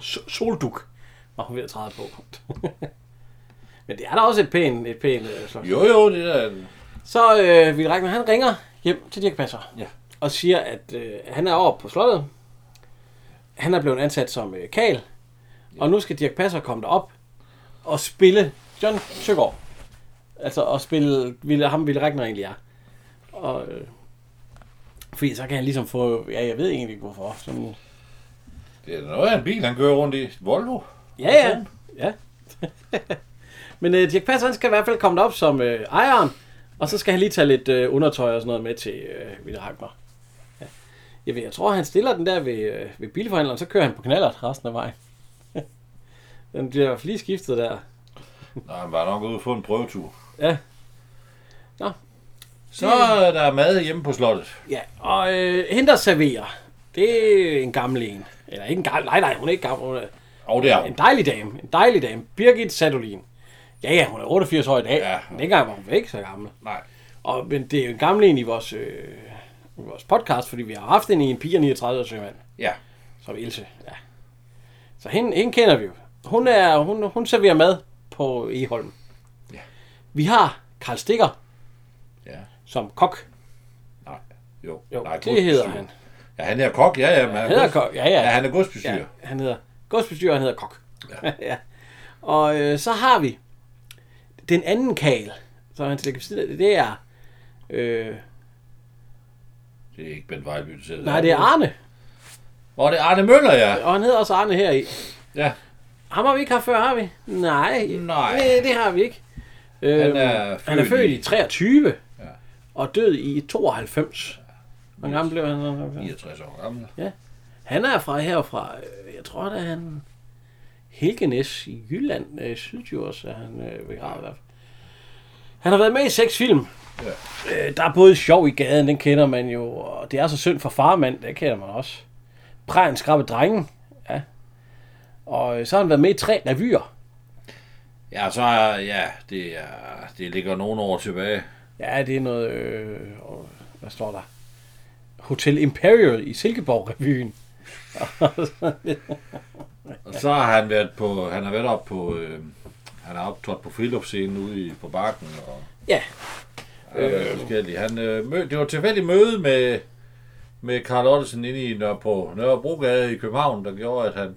[SPEAKER 2] So- solduk var hun ved at træde på. [laughs] Men det er da også et pænt et pæn, øh, slot.
[SPEAKER 3] Jo, jo, det er da-
[SPEAKER 2] Så øh, Ville Ragnar, han ringer hjem til Dirk Passer.
[SPEAKER 3] Ja.
[SPEAKER 2] Og siger, at øh, han er over på slottet. han er blevet ansat som øh, Karl, og nu skal Dirk Passer komme derop og spille John Søgaard. Altså og spille ville, ham ville Ragnar egentlig er. Og, øh, fordi så kan han ligesom få, ja jeg ved egentlig ikke hvorfor. Sådan,
[SPEAKER 3] Det er da noget af en bil, han kører rundt i. Volvo.
[SPEAKER 2] ja ja, ja. [laughs] Men øh, Dirk Passer han skal i hvert fald komme derop som øh, ejeren, og så skal han lige tage lidt øh, undertøj og sådan noget med til øh, Ville Ragnar. Ja. Jeg, ved, jeg tror han stiller den der ved, øh, ved bilforhandleren, så kører han på knallert resten af vejen. [laughs] den bliver i hvert fald lige skiftet der.
[SPEAKER 3] Nej, han var nok ude og få en prøvetur.
[SPEAKER 2] Ja.
[SPEAKER 3] Så er der mad hjemme på slottet.
[SPEAKER 2] Ja, og øh, hende, der serverer, det er en gammel en. Eller ikke en gammel, nej, nej, hun er ikke gammel. Hun er
[SPEAKER 3] Og det er hun.
[SPEAKER 2] en dejlig dame, en dejlig dame. Birgit Sadolin. Ja, ja, hun er 88 år i dag.
[SPEAKER 3] Ja.
[SPEAKER 2] Ja. Men dengang var hun ikke så gammel.
[SPEAKER 3] Nej.
[SPEAKER 2] Og, men det er jo en gammel en i vores, øh, i vores podcast, fordi vi har haft en i en pige og 39 års sømand,
[SPEAKER 3] Ja.
[SPEAKER 2] som Ilse. Ja. Så hende, hende kender vi jo. Hun, er, hun, hun serverer mad på Eholm.
[SPEAKER 3] Ja.
[SPEAKER 2] Vi har Karl Stikker
[SPEAKER 3] Ja.
[SPEAKER 2] som kok.
[SPEAKER 3] Nej. Jo.
[SPEAKER 2] Jo,
[SPEAKER 3] Nej,
[SPEAKER 2] det hedder
[SPEAKER 3] godsbestyrer.
[SPEAKER 2] han.
[SPEAKER 3] Ja, han er kok, ja, ja. Men han er
[SPEAKER 2] Hedder
[SPEAKER 3] gods-
[SPEAKER 2] kok, ja, ja.
[SPEAKER 3] Ja, han er godsbestyrer.
[SPEAKER 2] Ja, han hedder godsbestyrer, han hedder kok. Ja. [laughs] ja. Og øh, så har vi den anden kal, som han ligger ved siden af, det er... Øh,
[SPEAKER 3] Det er ikke Ben Vejlby, der sidder
[SPEAKER 2] nej, det er Arne.
[SPEAKER 3] Og det er Arne Møller, ja.
[SPEAKER 2] Og han hedder også Arne her i.
[SPEAKER 3] Ja.
[SPEAKER 2] Ham har vi ikke haft før, har vi? Nej,
[SPEAKER 3] Nej.
[SPEAKER 2] det, det har vi ikke. Øh,
[SPEAKER 3] Han er
[SPEAKER 2] han er
[SPEAKER 3] født
[SPEAKER 2] født
[SPEAKER 3] i-
[SPEAKER 2] i 23 ja. og død i 92. Hvor gammel blev han?
[SPEAKER 3] 69 år gammel.
[SPEAKER 2] Han er fra herfra, øh, jeg tror da han, Helgenæs i Jylland, øh, Syddjurs er han øh, begravet i hvert fald. Han har været med i seks film. Ja. Øh, der er både Sjov i gaden, den kender man jo, og Det er så synd for farmand, den kender man også. Prægen skrabe drengen, ja. Og øh, så har han været med i tre revyer.
[SPEAKER 3] Ja, så er, ja, det, er, det ligger nogle år tilbage.
[SPEAKER 2] Ja, det er noget, øh, og hvad står der? Hotel Imperial i Silkeborg-revyen. [laughs]
[SPEAKER 3] Og så har han været på, han har været op på, øh, han har optrådt på friluftsscenen ude i, på bakken. Og,
[SPEAKER 2] Ja.
[SPEAKER 3] øh, forskellige. Han, øh, mød, det var et tilfældigt møde med, med Karl Ottesen inde i Nør, på Nørrebrogade i København, der gjorde, at han,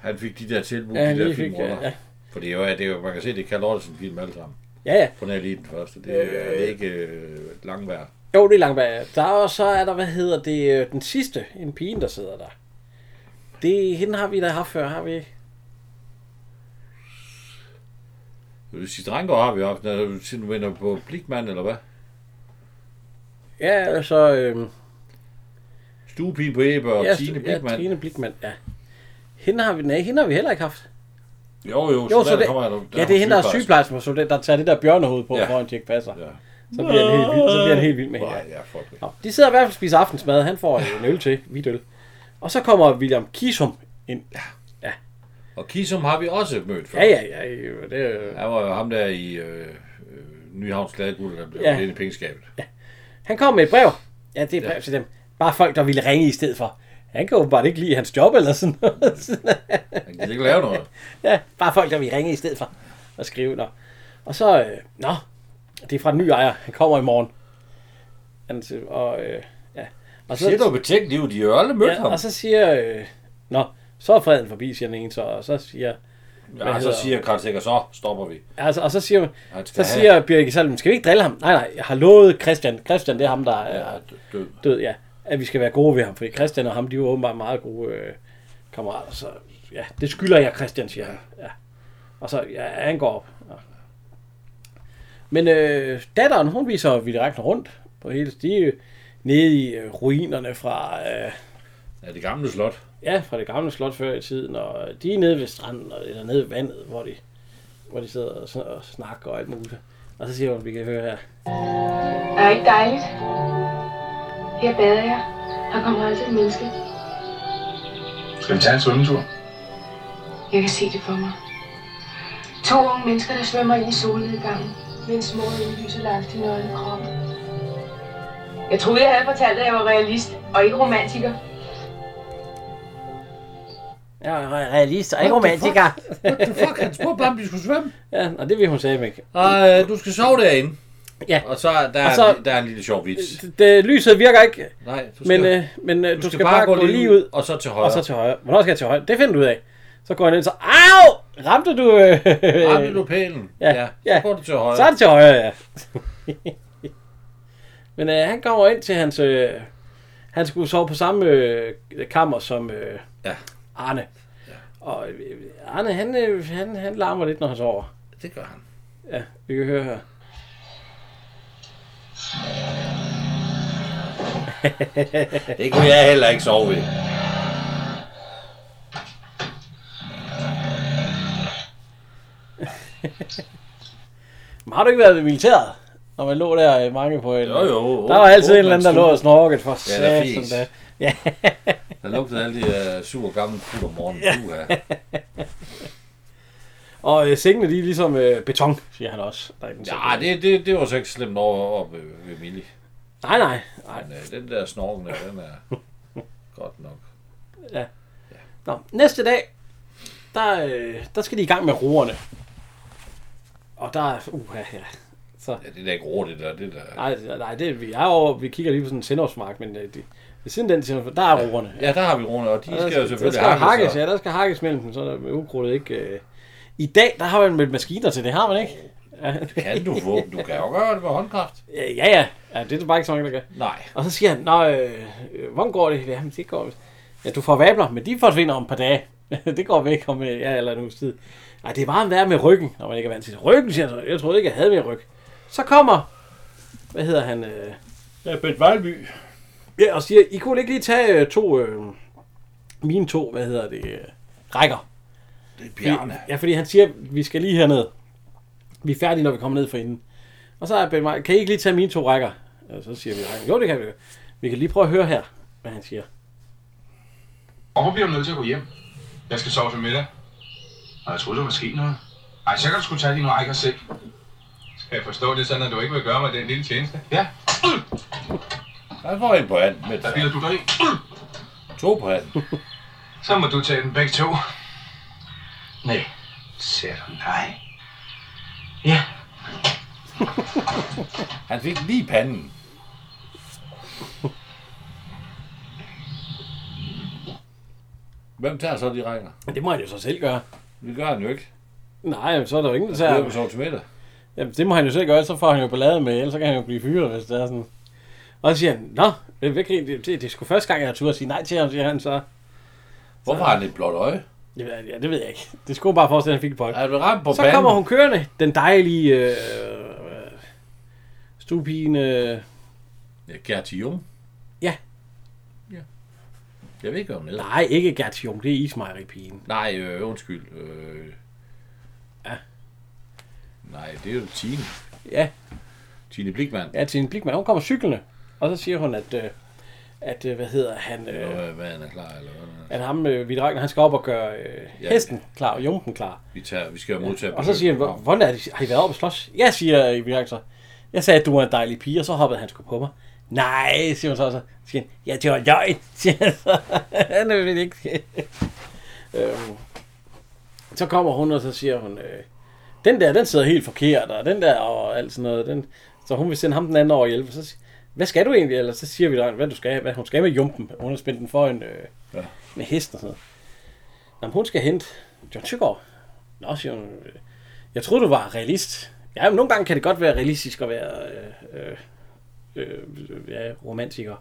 [SPEAKER 3] han fik de der tilbud,
[SPEAKER 2] Ja,
[SPEAKER 3] ja,
[SPEAKER 2] han
[SPEAKER 3] de der
[SPEAKER 2] lige fik,
[SPEAKER 3] film ja,
[SPEAKER 2] ja, ja.
[SPEAKER 3] For det er jo, det er jo, man kan se, det er Karl Ottesen film alle sammen.
[SPEAKER 2] Ja, ja.
[SPEAKER 3] På nær lige den første. Det er, det er ikke øh, langvær.
[SPEAKER 2] Jo, det er Langberg. Der er også, så er der, hvad hedder det, øh, den sidste, en pige, der sidder der. Det, hende har vi da haft før, har vi ikke?
[SPEAKER 3] Sidste Rengård har vi haft, når du siden du vender på Blikmand, eller hvad?
[SPEAKER 2] Ja, altså, øh,
[SPEAKER 3] Stuepigen på Eber og
[SPEAKER 2] ja,
[SPEAKER 3] Tine
[SPEAKER 2] Ja,
[SPEAKER 3] Blikmand.
[SPEAKER 2] Trine Blikman, ja. Hende har vi, nej, hende har vi heller ikke haft.
[SPEAKER 3] Jo, jo,
[SPEAKER 2] Jo, så
[SPEAKER 3] der
[SPEAKER 2] det,
[SPEAKER 3] kommer jeg, der,
[SPEAKER 2] ja, det er hende, der er sygeplejerske, og så det, der tager det der bjørnehoved på,
[SPEAKER 3] Ja.
[SPEAKER 2] ja. foran Dirk Passer.
[SPEAKER 3] Ja.
[SPEAKER 2] Ja. Så bliver han helt vild, så bliver han helt vild med hende.
[SPEAKER 3] Nej, ja, fuck det.
[SPEAKER 2] Nå, de sidder i hvert fald og spiser aftensmad. Han får en øl til, hvidt øl. Og så kommer William Kisum ind.
[SPEAKER 3] Og Kisum har vi også mødt før.
[SPEAKER 2] Ja, ja, ja, øh, det, øh,
[SPEAKER 3] Han var jo ham der i øh, øh, Nyhavns Gladeguld, der blev
[SPEAKER 2] Ja.
[SPEAKER 3] ja. ind i pengeskabet.
[SPEAKER 2] Han kom med et brev. Ja, det er et brev ja. til dem. Bare folk, der ville ringe i stedet for. Han kan åbenbart ikke lide hans job eller sådan [laughs] noget.
[SPEAKER 3] Han kan ikke lave noget.
[SPEAKER 2] ja, bare folk, der ville ringe i stedet for og skrive. Nå. Og så, øh, nå, det er fra den nye ejer. Han kommer i morgen. Han, siger- og, øh, ja. og
[SPEAKER 3] [laughs] Siger du betænkt livet i Ørle mødte
[SPEAKER 2] ja,
[SPEAKER 3] ham?
[SPEAKER 2] og så siger, øh, nå, så er freden forbi, siger den ene så, og så siger, hvad
[SPEAKER 3] ja, så
[SPEAKER 2] hedder-
[SPEAKER 3] siger Karl Sikker, så stopper vi.
[SPEAKER 2] altså, og så siger,
[SPEAKER 3] Han
[SPEAKER 2] så
[SPEAKER 3] skal have-
[SPEAKER 2] siger Birgit Salm, skal vi ikke drille ham? Nej, nej, jeg har lovet Christian. Christian, det er ham, der er,
[SPEAKER 3] Ja, død.
[SPEAKER 2] død, ja, at vi skal være gode ved ham, fordi Christian og ham, de var åbenbart meget gode øh, kammerater, så ja, det skylder jeg Christian, siger han. Ja. Og så, ja, han går op. Ja. Men øh, datteren, hun viser Ville Ragnar rundt på hele stige, nede i øh, ruinerne fra, øh,
[SPEAKER 3] Ja, det gamle [laughs] slot.
[SPEAKER 2] ja, fra det gamle slot før i tiden, og øh, de er nede ved stranden, og- eller nede ved vandet, hvor de, hvor de sidder og, sn- og snakker og alt muligt. Og så siger hun, vi kan høre her.
[SPEAKER 4] Er det ikke dejligt? Her bader jeg. Der kommer aldrig et menneske.
[SPEAKER 7] Skal vi tage en svømmetur?
[SPEAKER 4] Jeg kan se det for mig. To unge mennesker, der svømmer ind i solnedgangen, mens målen lyser langt til nøgne kroppen. Jeg troede, jeg havde fortalt, at jeg var realist og ikke romantiker.
[SPEAKER 2] Ja, realist og ikke romantiker.
[SPEAKER 3] What the fuck? Han spurgte bare, om de skulle svømme. "Ah,
[SPEAKER 2] Ja, og det vil hun sige, ikke.
[SPEAKER 3] Ej, du skal sove derinde.
[SPEAKER 2] Ja.
[SPEAKER 3] Og så er der,
[SPEAKER 2] Og så-
[SPEAKER 3] en, der er en lille sjov vits.
[SPEAKER 2] Det, det, lyset virker ikke,
[SPEAKER 3] Nej, du skal,
[SPEAKER 2] men, øh, men øh, du, skal, bare, gå lige ud
[SPEAKER 3] og så til højre.
[SPEAKER 2] og så til højre. Hvornår skal jeg til højre? Det finder du ud af. Så går han ind og så, au! Ramte du? Øh,
[SPEAKER 3] Ramte du pælen?
[SPEAKER 2] Ja, ja.
[SPEAKER 3] Så går du til højre.
[SPEAKER 2] Så er det til højre, ja. [laughs] Men øh, han kommer ind til hans... Øh, han skulle sove på samme øh, kammer som øh,
[SPEAKER 3] Ja.
[SPEAKER 2] Arne. Og øh, Arne, han, øh, han, han larmer lidt, når han sover.
[SPEAKER 3] det gør han.
[SPEAKER 2] Ja, vi kan høre her.
[SPEAKER 3] Det kunne jeg heller ikke sove ved.
[SPEAKER 2] Men har du ikke været ved militæret? Når man lå der i mange på en... øh,
[SPEAKER 3] Jo, jo.
[SPEAKER 2] Der var altid en eller anden, der lå og
[SPEAKER 3] lugtede.
[SPEAKER 2] snorket for
[SPEAKER 3] Ja, der er
[SPEAKER 2] satan
[SPEAKER 3] fis.
[SPEAKER 2] da.
[SPEAKER 3] Der lugtede alle de uh, sur gamle put om morgenen. Ja.
[SPEAKER 2] Og øh, sengene, de er ligesom øh, beton, siger han også. Der er ikke en seng.
[SPEAKER 3] ja, det, det, det var så ikke slemt over op ved, ved Mille.
[SPEAKER 2] Nej, nej. nej.
[SPEAKER 3] Men uh, den der snorken der, den er godt nok.
[SPEAKER 2] Nå, næste dag, der, øh, der skal de i gang med roerne. Og der er... Uh, ja, ja.
[SPEAKER 3] Ja, det er da ikke rå, det der. Det der.
[SPEAKER 2] Nej, det- nej det, vi er over, vi kigger lige på sådan en sindårsmark, men øh, det, ved siden af den sindårsmark, der er roerne.
[SPEAKER 3] Ja, der har vi roerne, og de
[SPEAKER 2] Og der
[SPEAKER 3] skal jo
[SPEAKER 2] der
[SPEAKER 3] selvfølgelig
[SPEAKER 2] skal hakkes,
[SPEAKER 3] sig.
[SPEAKER 2] ja, der skal hakkes mellem dem, så er der ukrudtet ikke... Øh. I dag, der har man med maskiner til det, har man ikke?
[SPEAKER 3] Kan du få? Du kan jo gøre det med håndkraft.
[SPEAKER 2] Ja, Øh, ja, ja. ja det er der bare ikke så mange, der gør.
[SPEAKER 3] Nej.
[SPEAKER 2] Og så siger han, Nå, øh, øh, hvordan går det? Jamen, det går... Ja, du får vabler, men de forsvinder om et par dage. [laughs] det går væk om øh, ja, eller en uges tid. Nej, det er meget værre med ryggen, når man ikke er vant til det. Ryggen, siger han så. Jeg troede ikke, jeg havde mere ryg. Så kommer, hvad hedder han? Øh,
[SPEAKER 3] Ja, Bent Vejlby.
[SPEAKER 2] ja, og siger, I kunne ikke lige tage øh, to, øh, mine to, hvad hedder det, øh, rækker.
[SPEAKER 3] Det er
[SPEAKER 2] Fordi,
[SPEAKER 3] Bjarne.
[SPEAKER 2] ja, fordi han siger, vi skal lige herned. Vi er færdige, når vi kommer ned for inden. Og så er Ben Maj, kan I ikke lige tage mine to rækker? Og så siger vi, jo, det kan vi. Vi kan lige prøve at høre her, hvad han siger.
[SPEAKER 7] Hvorfor bliver du nødt til at gå hjem? Jeg skal sove til middag. Og jeg troede, der var sket noget. Ej, så kan du sgu tage dine rækker selv. Skal jeg forstå det sådan, at du ikke vil gøre mig den lille tjeneste? Ja,
[SPEAKER 3] Han får en på anden. Med
[SPEAKER 7] der bilder du dig ind.
[SPEAKER 3] to på anden.
[SPEAKER 7] Så må du tage dem begge to. Nej, ser du nej. Ja,
[SPEAKER 3] Han fik lige panden. Hvem tager så de regner?
[SPEAKER 2] Men det må han jo så selv gøre.
[SPEAKER 3] Det gør han jo ikke.
[SPEAKER 2] Nej, jamen, så er der jo ingen, der
[SPEAKER 3] Det er jo
[SPEAKER 2] tager...
[SPEAKER 3] så til middag.
[SPEAKER 2] Jamen, det må han jo selv gøre, så får han jo ballade med, ellers så kan han jo blive fyret, hvis det er sådan. Og så siger han, nå, det er, virkelig, det, det, det er sgu første gang, jeg har tur at sige nej til ham, siger han så.
[SPEAKER 3] Hvorfor har han et blåt øje?
[SPEAKER 2] Det, ved jeg- ja, det ved jeg ikke. Det skulle bare forestille, at han fik et point.
[SPEAKER 3] Er han blevet ramt på
[SPEAKER 2] Så
[SPEAKER 3] panden?
[SPEAKER 2] kommer hun kørende, den dejlige øh, stuepigen, øh,
[SPEAKER 3] Ja, Gerti Jung.
[SPEAKER 2] Ja.
[SPEAKER 3] Ja. Jeg ved ikke, hvad hun hedder.
[SPEAKER 2] nej, ikke Gert Jung, det er ismejeripigen.
[SPEAKER 3] Nej, øh, undskyld. Øh.
[SPEAKER 2] Ja.
[SPEAKER 3] Nej, det er jo Tine.
[SPEAKER 2] Ja.
[SPEAKER 3] Tine Blikman.
[SPEAKER 2] Ja, til en blikmand, hun kommer cyklende, og så siger hun, at, øh, at øh, hvad hedder han, øh,
[SPEAKER 3] Øh, hvad han er klar, eller hvad han er.
[SPEAKER 2] at ham, øh, vi drengen, han skal op og gøre øh,
[SPEAKER 3] Ja.
[SPEAKER 2] hesten klar og jumpen klar.
[SPEAKER 3] Vi, tager, vi skal jo modtage
[SPEAKER 2] Og så siger han, "Hvor- hvordan er det? Har I været oppe og slås? Ja, siger Emil Jørgensen. Jeg sagde, at du var en dejlig pige, og så hoppede han sgu på mig. Nej, siger hun så, og så siger han, ja, det var løgn, [laughs] siger han så. Han vil ikke. [laughs] øhm, så kommer hun, og så siger hun, øh, den der, den sidder helt forkert, og den der, og alt sådan noget. Den, så hun vil sende ham den anden over og hjælpe. Så siger, hvad skal du egentlig? Eller så siger vi dig, hvad, du skal, hvad hun skal med jumpen. Hun har spændt den for en øh,
[SPEAKER 3] Ja.
[SPEAKER 2] ja. med hest og sådan noget. Jamen, hun skal hente John Tygård. Nå, siger hun, øh, jeg troede, du var realist. Ja, men nogle gange kan det godt være realistisk at være øh, øh, øh, ja, romantiker.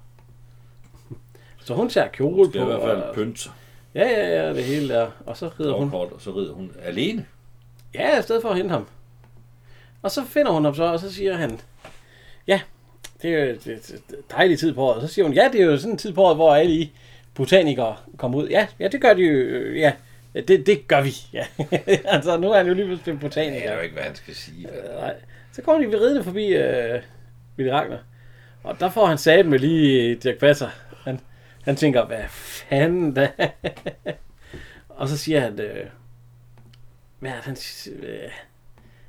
[SPEAKER 2] Så hun tager kjole
[SPEAKER 3] Det
[SPEAKER 2] på.
[SPEAKER 3] er i hvert fald
[SPEAKER 2] og-
[SPEAKER 3] pynt sig
[SPEAKER 2] Ja, ja, ja, det hele der. Og så rider hun.
[SPEAKER 3] og så rider hun alene.
[SPEAKER 2] Ja, i stedet for at hente ham. Og så finder hun ham så, og så siger han, ja, det er jo et, et, et dejligt tid på året. Så siger hun, ja, det er jo sådan en tid på året, hvor alle I botanikere kommer ud. Ja, ja det gør de jo, øh, ja, det, det gør vi. [laughs] Ja. altså, nu er han jo lige pludselig
[SPEAKER 3] Jeg ved
[SPEAKER 2] botaniker.
[SPEAKER 3] jo ikke, hvad han skal sige. vel?
[SPEAKER 2] Nej. Så kommer de ridende forbi øh, Ville Ragnar. Og der får han sat med lige Dirk Passer. Han, han tænker, hvad fanden da? [laughs] og så siger han, øh, hvad er det, han, si- øh,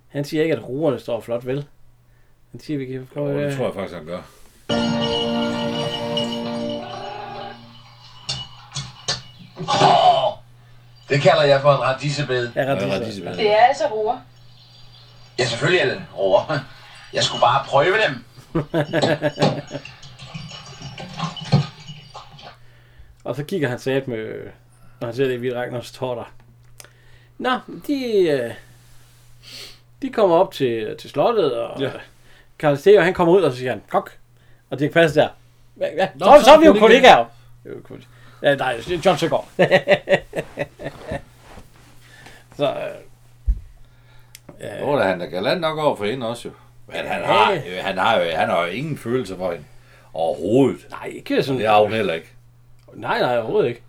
[SPEAKER 2] han siger ikke, at roerne står flot, vel? Han siger, vi kan prøve...
[SPEAKER 3] Og det
[SPEAKER 2] Øh,
[SPEAKER 3] tror jeg faktisk, han gør.
[SPEAKER 7] det kalder jeg for en radisebed.
[SPEAKER 2] ja,
[SPEAKER 3] Og jeg
[SPEAKER 2] ret
[SPEAKER 3] er
[SPEAKER 2] disse.
[SPEAKER 3] disse-
[SPEAKER 4] Det er altså roer.
[SPEAKER 7] Ja, selvfølgelig er det over. Jeg skulle bare prøve dem.
[SPEAKER 2] Og så kigger han sat med, når han ser det i Hvide Ragnar, så står der. Nå, de, øh, de kommer op til, til slottet, og ja.
[SPEAKER 3] Ja.
[SPEAKER 2] Karl Steo, han kommer ud, og så siger han, kok. Og Dirk Passer der. "Hva- Ja,
[SPEAKER 3] Nå,
[SPEAKER 2] så, så,
[SPEAKER 3] så
[SPEAKER 2] så, er vi jo
[SPEAKER 3] kollegaer."
[SPEAKER 2] kollegaer. Det er jo kun- Ja, nej, det er John Søgaard. [laughs] så, øh,
[SPEAKER 3] Ja. Jo, da han er galant nok over for hende også jo. Men han har, øh, han har, jo, han har jo ingen følelse for hende. Overhovedet.
[SPEAKER 2] nej, ikke sådan.
[SPEAKER 3] Det har hun heller ikke.
[SPEAKER 2] Nej, nej, overhovedet ikke.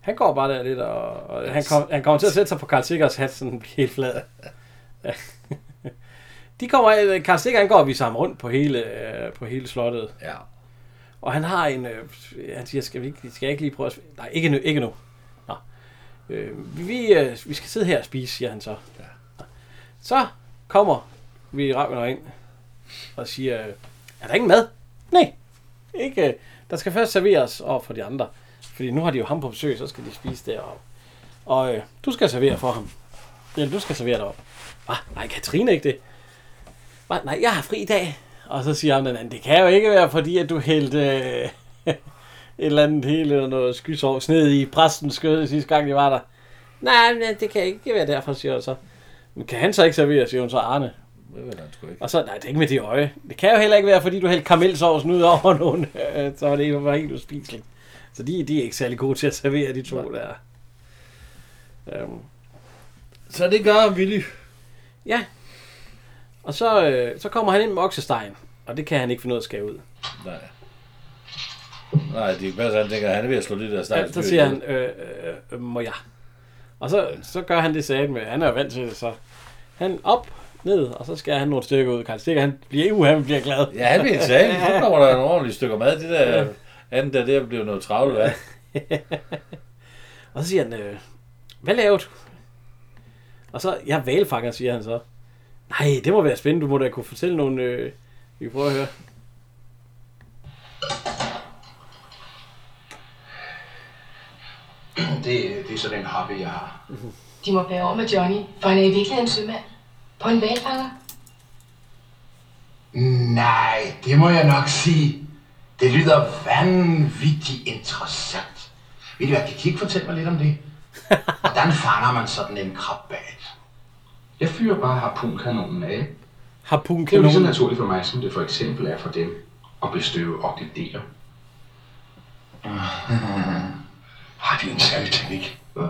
[SPEAKER 2] Han går bare der lidt, og, og han, kom, han kommer til at sætte sig på Karl Sikkers hat, sådan den bliver helt flad. Ja. De kommer, Karl Sikker, han går og viser ham rundt på hele, øh, på hele slottet.
[SPEAKER 3] Ja.
[SPEAKER 2] Og han har en... Øh, han siger, skal, vi ikke, skal jeg ikke lige prøve at... sp- Nej, ikke nu. Ikke nu. Nå. Øh, vi, øh, vi skal sidde her og spise, siger han så. Ja. Så kommer vi Ragnar ind og siger, øh, er der ingen mad? Nej, ikke. øh, Der skal først serveres over for de andre. Fordi nu har de jo ham på besøg, så skal de spise deroppe. Og øh, du skal servere for ham. Eller du skal servere deroppe. Hva? Nej, Katrine ikke det. Hva? Nej, jeg har fri i dag. Og så siger han den anden, det kan jo ikke være, fordi at du hældte øh, [laughs] et eller andet hele noget skysovs ned i præstens skød sidste gang, de var der. Nej, men øh, det kan ikke være derfor, siger hun så. Men kan han så ikke servere, siger hun så Arne.
[SPEAKER 3] Det vil han sgu ikke.
[SPEAKER 2] Og så, nej, det er ikke med det øje. Det kan jo heller ikke være, fordi du hældte karamelsovsen ud over [laughs] nogen. Øh, så var det jo bare helt uspiseligt. Så de, de er ikke særlig gode til at servere, de to der. Øhm,
[SPEAKER 3] Så det gør Willy.
[SPEAKER 2] ja. Og så, øh, så kommer han ind med oksestegen. Og det kan han ikke finde ud af at skære ud.
[SPEAKER 3] Nej. Nej, det er bare sådan, han tænker, han er ved at slå det der
[SPEAKER 2] Ja,
[SPEAKER 3] stakkels
[SPEAKER 2] så
[SPEAKER 3] dyr
[SPEAKER 2] siger
[SPEAKER 3] ihjel.
[SPEAKER 2] han, øh, øh, øh, må jeg? Og så, så gør han det sagde med, han er jo vant til det, så han op, ned, og så skærer han nogle stykker ud. Karl Stikker, han bliver, uh, han bliver glad.
[SPEAKER 3] Ja, han vil en sal.
[SPEAKER 2] [laughs]
[SPEAKER 3] Nu kommer der nogle ordentlige stykker mad. Det der andet der, det bliver noget travlt af.
[SPEAKER 2] Og så siger han, øh, hvad laver du? Og så, jeg er valfanger, siger han så. Nej, det må være spændende, du må da kunne fortælle nogle, øh, vi kan prøve at høre.
[SPEAKER 7] Det, det er sådan en hobby, jeg har.
[SPEAKER 4] De må bære over med Johnny, for han er i virkeligheden sømand. På en valfanger.
[SPEAKER 7] Nej, det må jeg nok sige. Det lyder vanvittigt interessant. Ved du hvad, kan I ikke fortælle mig lidt om det? Hvordan fanger man sådan en krabat?
[SPEAKER 10] Jeg fyrer bare harpunkanonen af.
[SPEAKER 2] Harpun
[SPEAKER 10] Det er jo ligesom- lige så
[SPEAKER 2] kanon. [laughs]
[SPEAKER 10] naturligt for mig, som det for eksempel er for dem at bestøve orkideer.
[SPEAKER 7] Har de en særlig teknik? Mm.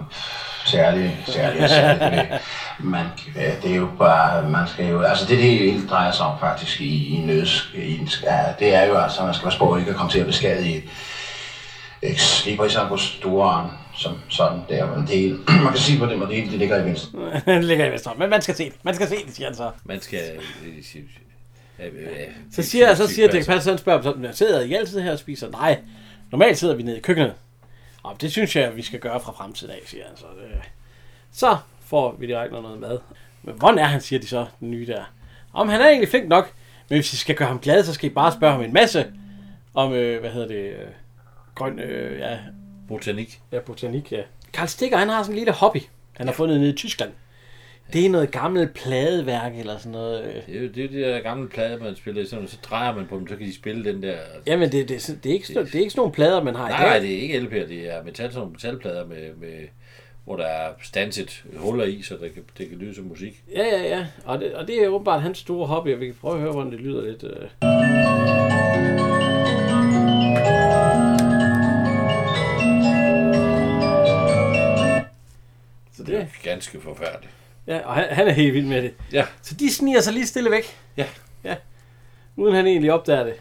[SPEAKER 7] Særlig, særlig, særlig. teknik. man, kan- ja, det er jo bare, man skal jo, altså det det hele drejer sig om faktisk i, i nøds, i, en sk- ja, det er jo altså, man skal være spå ikke at komme til at beskadige Librisam på storen, som sådan der, men det hele, man kan sige på det, men det hele, det ligger i venstre.
[SPEAKER 2] det ligger i venstre, men man skal se det, man skal se det, siger han så.
[SPEAKER 3] Man skal... øh, sige- øh, øh, øh,
[SPEAKER 2] Så siger, så
[SPEAKER 3] sige-
[SPEAKER 2] siger Dirk Passer, han spørger, så, "Men sidder I altid her og spiser? Nej, normalt sidder vi nede i køkkenet. Og det synes jeg, vi skal gøre fra fremtiden af, siger han så. Det- Så får vi direkte noget mad. Men hvordan er han, siger de så, den nye der? Om han er egentlig flink nok, men hvis I skal gøre ham glad, så skal I bare spørge ham en masse om, øh, hvad hedder det, øh, grøn, øh, ja,
[SPEAKER 3] Botanik.
[SPEAKER 2] ja, botanik, ja. Karl Stikker, han har sådan en lille hobby, han har fundet nede i Tyskland. Det er noget gammelt pladeværk eller sådan noget. øh.
[SPEAKER 3] Det er jo det, er jo de der gamle plader, man spiller i sådan, så drejer man på dem, så kan de spille den der...
[SPEAKER 2] Jamen, det, det, er sådan- det, er ikke, sådan- det er ikke sådan nogle plader, man har i
[SPEAKER 3] Nej,
[SPEAKER 2] dag.
[SPEAKER 3] nej, det er ikke LP'er, det er metal, sådan nogle metalplader, med, med, hvor der er stanset huller i, så det kan, det kan lyde som musik.
[SPEAKER 2] Ja, ja, ja. Og det, og det er åbenbart hans store hobby, og vi kan prøve at høre, hvordan det lyder lidt. øh. Så
[SPEAKER 3] Det er
[SPEAKER 2] det,
[SPEAKER 3] ganske forfærdeligt.
[SPEAKER 2] ja, og han, han er helt vild med det.
[SPEAKER 3] Ja.
[SPEAKER 2] Så de sniger sig lige stille væk.
[SPEAKER 3] Ja.
[SPEAKER 2] Ja. Uden han egentlig opdager det,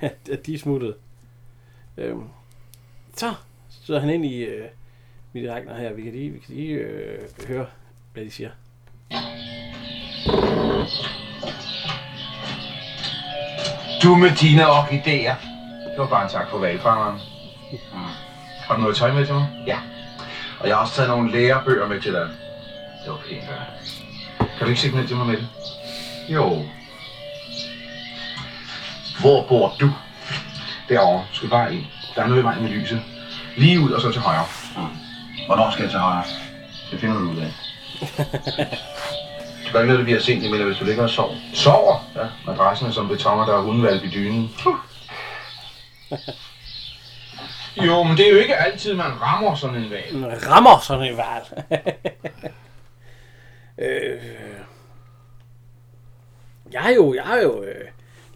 [SPEAKER 2] at- at de er smuttet. Øhm, så sidder han ind i øh, mit regner her. Vi kan lige, vi kan lige øh, høre, hvad de siger.
[SPEAKER 5] Du med dine orkideer. Det var bare en tak for valgfangeren. Har du noget tøj med til mig? Ja. Og jeg har også taget nogle lærebøger med til dig. Det var pænt, ja. Kan du ikke se ned til mig med det? Jo. Hvor bor du? Derovre. Skal bare ind. Der er noget i vejen med lyset. Lige ud og så til højre.
[SPEAKER 7] Hvornår skal jeg til højre?
[SPEAKER 5] Det finder du ud af. Det gør ikke noget, at vi har sent, jeg mener, hvis du ligger og sover. Sover? Ja, madrassen er som betonger, der er hundevalg i dynen. jo, men det er jo ikke altid, man rammer sådan en valg.
[SPEAKER 2] Man rammer sådan en
[SPEAKER 3] [laughs]
[SPEAKER 2] valg. øh, jeg har jo, jeg har jo øh,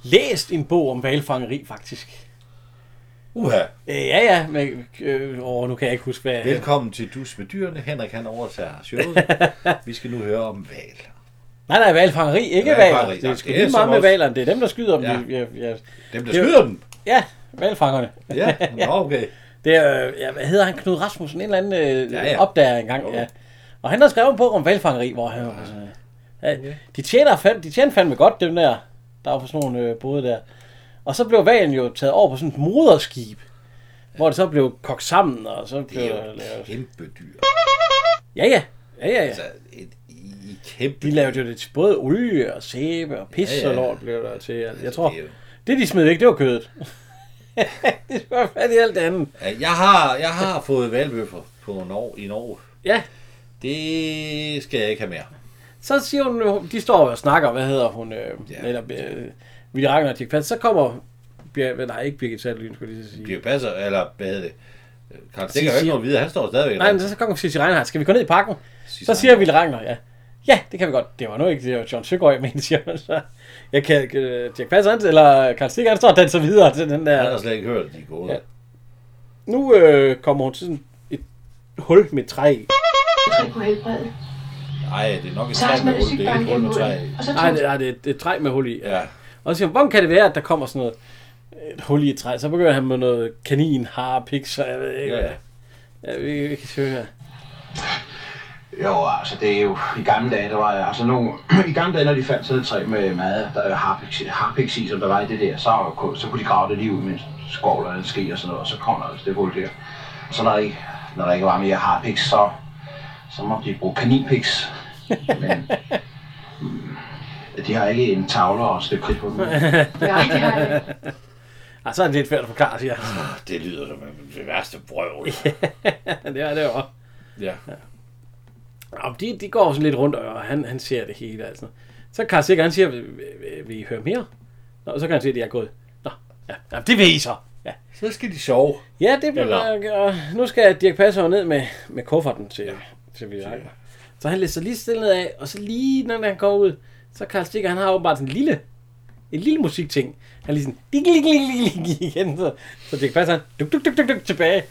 [SPEAKER 2] læst en bog om valfangeri, faktisk.
[SPEAKER 3] Uha.
[SPEAKER 2] Øh, ja, ja, men øh, åh, nu kan jeg ikke huske, hvad...
[SPEAKER 3] Velkommen til Dus med dyrene. Henrik han overtager [laughs] showet. Vi skal nu høre om val.
[SPEAKER 2] Nej, nej, valfangeri, ikke
[SPEAKER 3] Hvalfangeri,
[SPEAKER 2] valer.
[SPEAKER 3] nej,
[SPEAKER 2] Det skal
[SPEAKER 3] det er
[SPEAKER 2] lige
[SPEAKER 3] som
[SPEAKER 2] meget med
[SPEAKER 3] også-
[SPEAKER 2] valerne. Det er dem, der skyder dem.
[SPEAKER 3] Ja.
[SPEAKER 2] Ja. Ja, ja.
[SPEAKER 3] Dem, der
[SPEAKER 2] Det er jo-
[SPEAKER 3] skyder dem.
[SPEAKER 2] ja valfangerne.
[SPEAKER 3] [laughs] Ja, nå, okay.
[SPEAKER 2] Det er, ja, hvad hedder han, Knud Rasmussen, en eller anden øh,
[SPEAKER 3] Ja,
[SPEAKER 2] ja,
[SPEAKER 3] ja.
[SPEAKER 2] ja. opdager engang. Ja. Og han har skrevet en bog om valfangeri, hvor han... Altså, ja, de, tjener, fand- de tjener fandme godt, dem der, der var på sådan nogle øh, både der. Og så blev valen jo taget over på sådan et moderskib, hvor det så blev kogt sammen, og så blev...
[SPEAKER 3] Det er
[SPEAKER 2] der
[SPEAKER 3] jo et
[SPEAKER 2] lavet-
[SPEAKER 3] kæmpe dyr.
[SPEAKER 2] Ja, ja. Ja, ja, ja.
[SPEAKER 3] Altså, et, i kæmpe
[SPEAKER 2] De lavede jo det til både olie og sæbe og pis
[SPEAKER 3] Ja,
[SPEAKER 2] ja,
[SPEAKER 3] ja.
[SPEAKER 2] ja. og lort blev der til. Jeg tror,
[SPEAKER 3] det er jo-
[SPEAKER 2] det de smed væk, det var kødet. [laughs] det var fat i alt det andet.
[SPEAKER 3] Ja, Jeg har, jeg har fået valbøffer på Norge, i Norge.
[SPEAKER 2] Ja,
[SPEAKER 3] Det skal jeg ikke have mere.
[SPEAKER 2] så siger hun, jo- de står og snakker, hvad hedder hun, øh,
[SPEAKER 3] Ja.
[SPEAKER 2] ja. eller øh, Ville Ragnar og Dirk Passer, så kommer, Bir- nej, ikke Birgit Sattelyn, skulle jeg lige så sige.
[SPEAKER 3] Dirk Passer, eller hvad hedder det? Øh, Karl Stikker
[SPEAKER 2] Sig-
[SPEAKER 3] har jo ikke
[SPEAKER 2] siger-
[SPEAKER 3] noget videre, han står stadigvæk.
[SPEAKER 2] Nej, men så kommer Cici Reinhardt, skal vi gå ned i parken?
[SPEAKER 3] Cici
[SPEAKER 2] så siger Ville Ragnar, ja. Ja, det kan vi godt. Det var nu ikke, det var John Søgaard, men [laughs] siger hun så. Jeg kan, øh, Dirk Passer, han, eller Karl Stikker, han står og danser videre til den
[SPEAKER 3] Han har
[SPEAKER 2] der.
[SPEAKER 3] slet ikke hørt, de gode. Ja.
[SPEAKER 2] Ja. Nu øh, kommer hun til sådan et hul med træ i.
[SPEAKER 4] Træk på helbredet.
[SPEAKER 3] Nej, det er nok et
[SPEAKER 4] Så
[SPEAKER 3] træ med
[SPEAKER 4] har man
[SPEAKER 3] hul, det er
[SPEAKER 4] sygbank
[SPEAKER 3] ikke hul
[SPEAKER 4] gennem
[SPEAKER 3] med træ.
[SPEAKER 4] munden, og så
[SPEAKER 2] Nej,
[SPEAKER 4] tog
[SPEAKER 2] det, nej, det er et, et træ med hul i.
[SPEAKER 3] Ja,
[SPEAKER 2] Og så siger, hun, hvordan kan det være, at der kommer sådan noget et hul i et træ? Så begynder han med noget kanin, har, piks, og jeg ved ikke.
[SPEAKER 3] ja,
[SPEAKER 2] hvad.
[SPEAKER 3] ja.
[SPEAKER 2] Ja, vi, vi kan søge her.
[SPEAKER 5] Jo, altså det er jo, i gamle dage, der var altså nogle, [clears throat] i gamle dage, når de fandt sådan et træ med mad, der harpix, harpix i, som der var i det der, så, kunne- så kunne de grave det lige ud med en skovl eller en ske og sådan noget, og så kom der altså det hul der. Og så når der ikke, når der ikke var mere harpix, så, så måtte de bruge kaninpix. Men mm, de har ikke en tavle og et stykke kridt på dem.
[SPEAKER 4] Nej, det har jeg ikke.
[SPEAKER 2] Ah, så er det lidt svært at forklare, siger jeg. [laughs]
[SPEAKER 3] Det lyder som det værste brøvl.
[SPEAKER 2] det er det jo.
[SPEAKER 3] Ja.
[SPEAKER 2] Nå, men de, de går sådan lidt rundt, og han, han ser det hele. Altså. Så Karl Sikker, han siger, vil, vil, vil I høre mere? Nå, så kan han se, at de er gået. Nå, ja, ja det vil I så. Ja,
[SPEAKER 3] Så skal de sove.
[SPEAKER 2] ja det bliver
[SPEAKER 3] Eller-
[SPEAKER 2] nok. Og nu skal Dirk Passer ned med, med kufferten til, ja. til vi Så han læser lige stille ned af, og så lige når han går ud, så Karl Stikker, han har åbenbart sådan en lille, en lille musikting. Han er lige sådan, dik, dik, dik, dik, dik, igen, så, så Dirk Passer, han, duk, duk, duk, duk, duk, tilbage.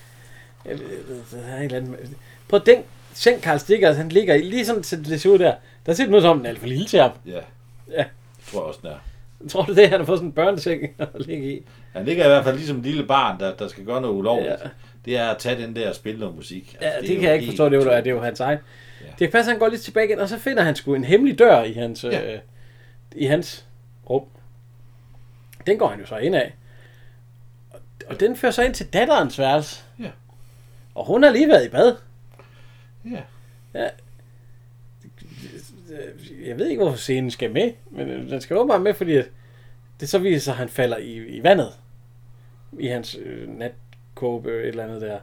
[SPEAKER 2] Jeg ved- jeg ved- der er et eller andet- På den seng, Karl Stikker, han ligger i, lige sådan, så det ser ud der, der ser det ud som, den er alt for lille til ham.
[SPEAKER 3] Ja.
[SPEAKER 2] Ja.
[SPEAKER 3] Det tror jeg også, den er.
[SPEAKER 2] Tror du det, han har fået sådan en børneseng at ligge i?
[SPEAKER 3] Han ligger i hvert fald ligesom et lille barn, der, der skal gøre noget ulovligt. Ja.
[SPEAKER 2] Ja.
[SPEAKER 3] Det er at tage den der og spille noget musik. Altså,
[SPEAKER 2] Ja, det,
[SPEAKER 3] er
[SPEAKER 2] det
[SPEAKER 3] jo
[SPEAKER 2] kan jeg ikke
[SPEAKER 3] helt
[SPEAKER 2] forstå, det er jo,
[SPEAKER 3] utroligt.
[SPEAKER 2] det er jo hans egen.
[SPEAKER 3] Ja.
[SPEAKER 2] Ja. Dirk Passer, han går lige tilbage igen, og så finder han sgu en hemmelig dør i hans,
[SPEAKER 3] Ja.
[SPEAKER 2] ja. øh, i hans rum. Den går han jo så ind af. Og- Og den fører så ind til datterens værelse.
[SPEAKER 3] Ja.
[SPEAKER 2] Og hun har lige været i bad.
[SPEAKER 3] Ja.
[SPEAKER 2] ja. Jeg ved ikke, hvorfor scenen skal med, men øh, den skal åbenbart med, fordi at det så viser sig, at han falder i, i vandet. I hans øh, natkåbe, et eller andet der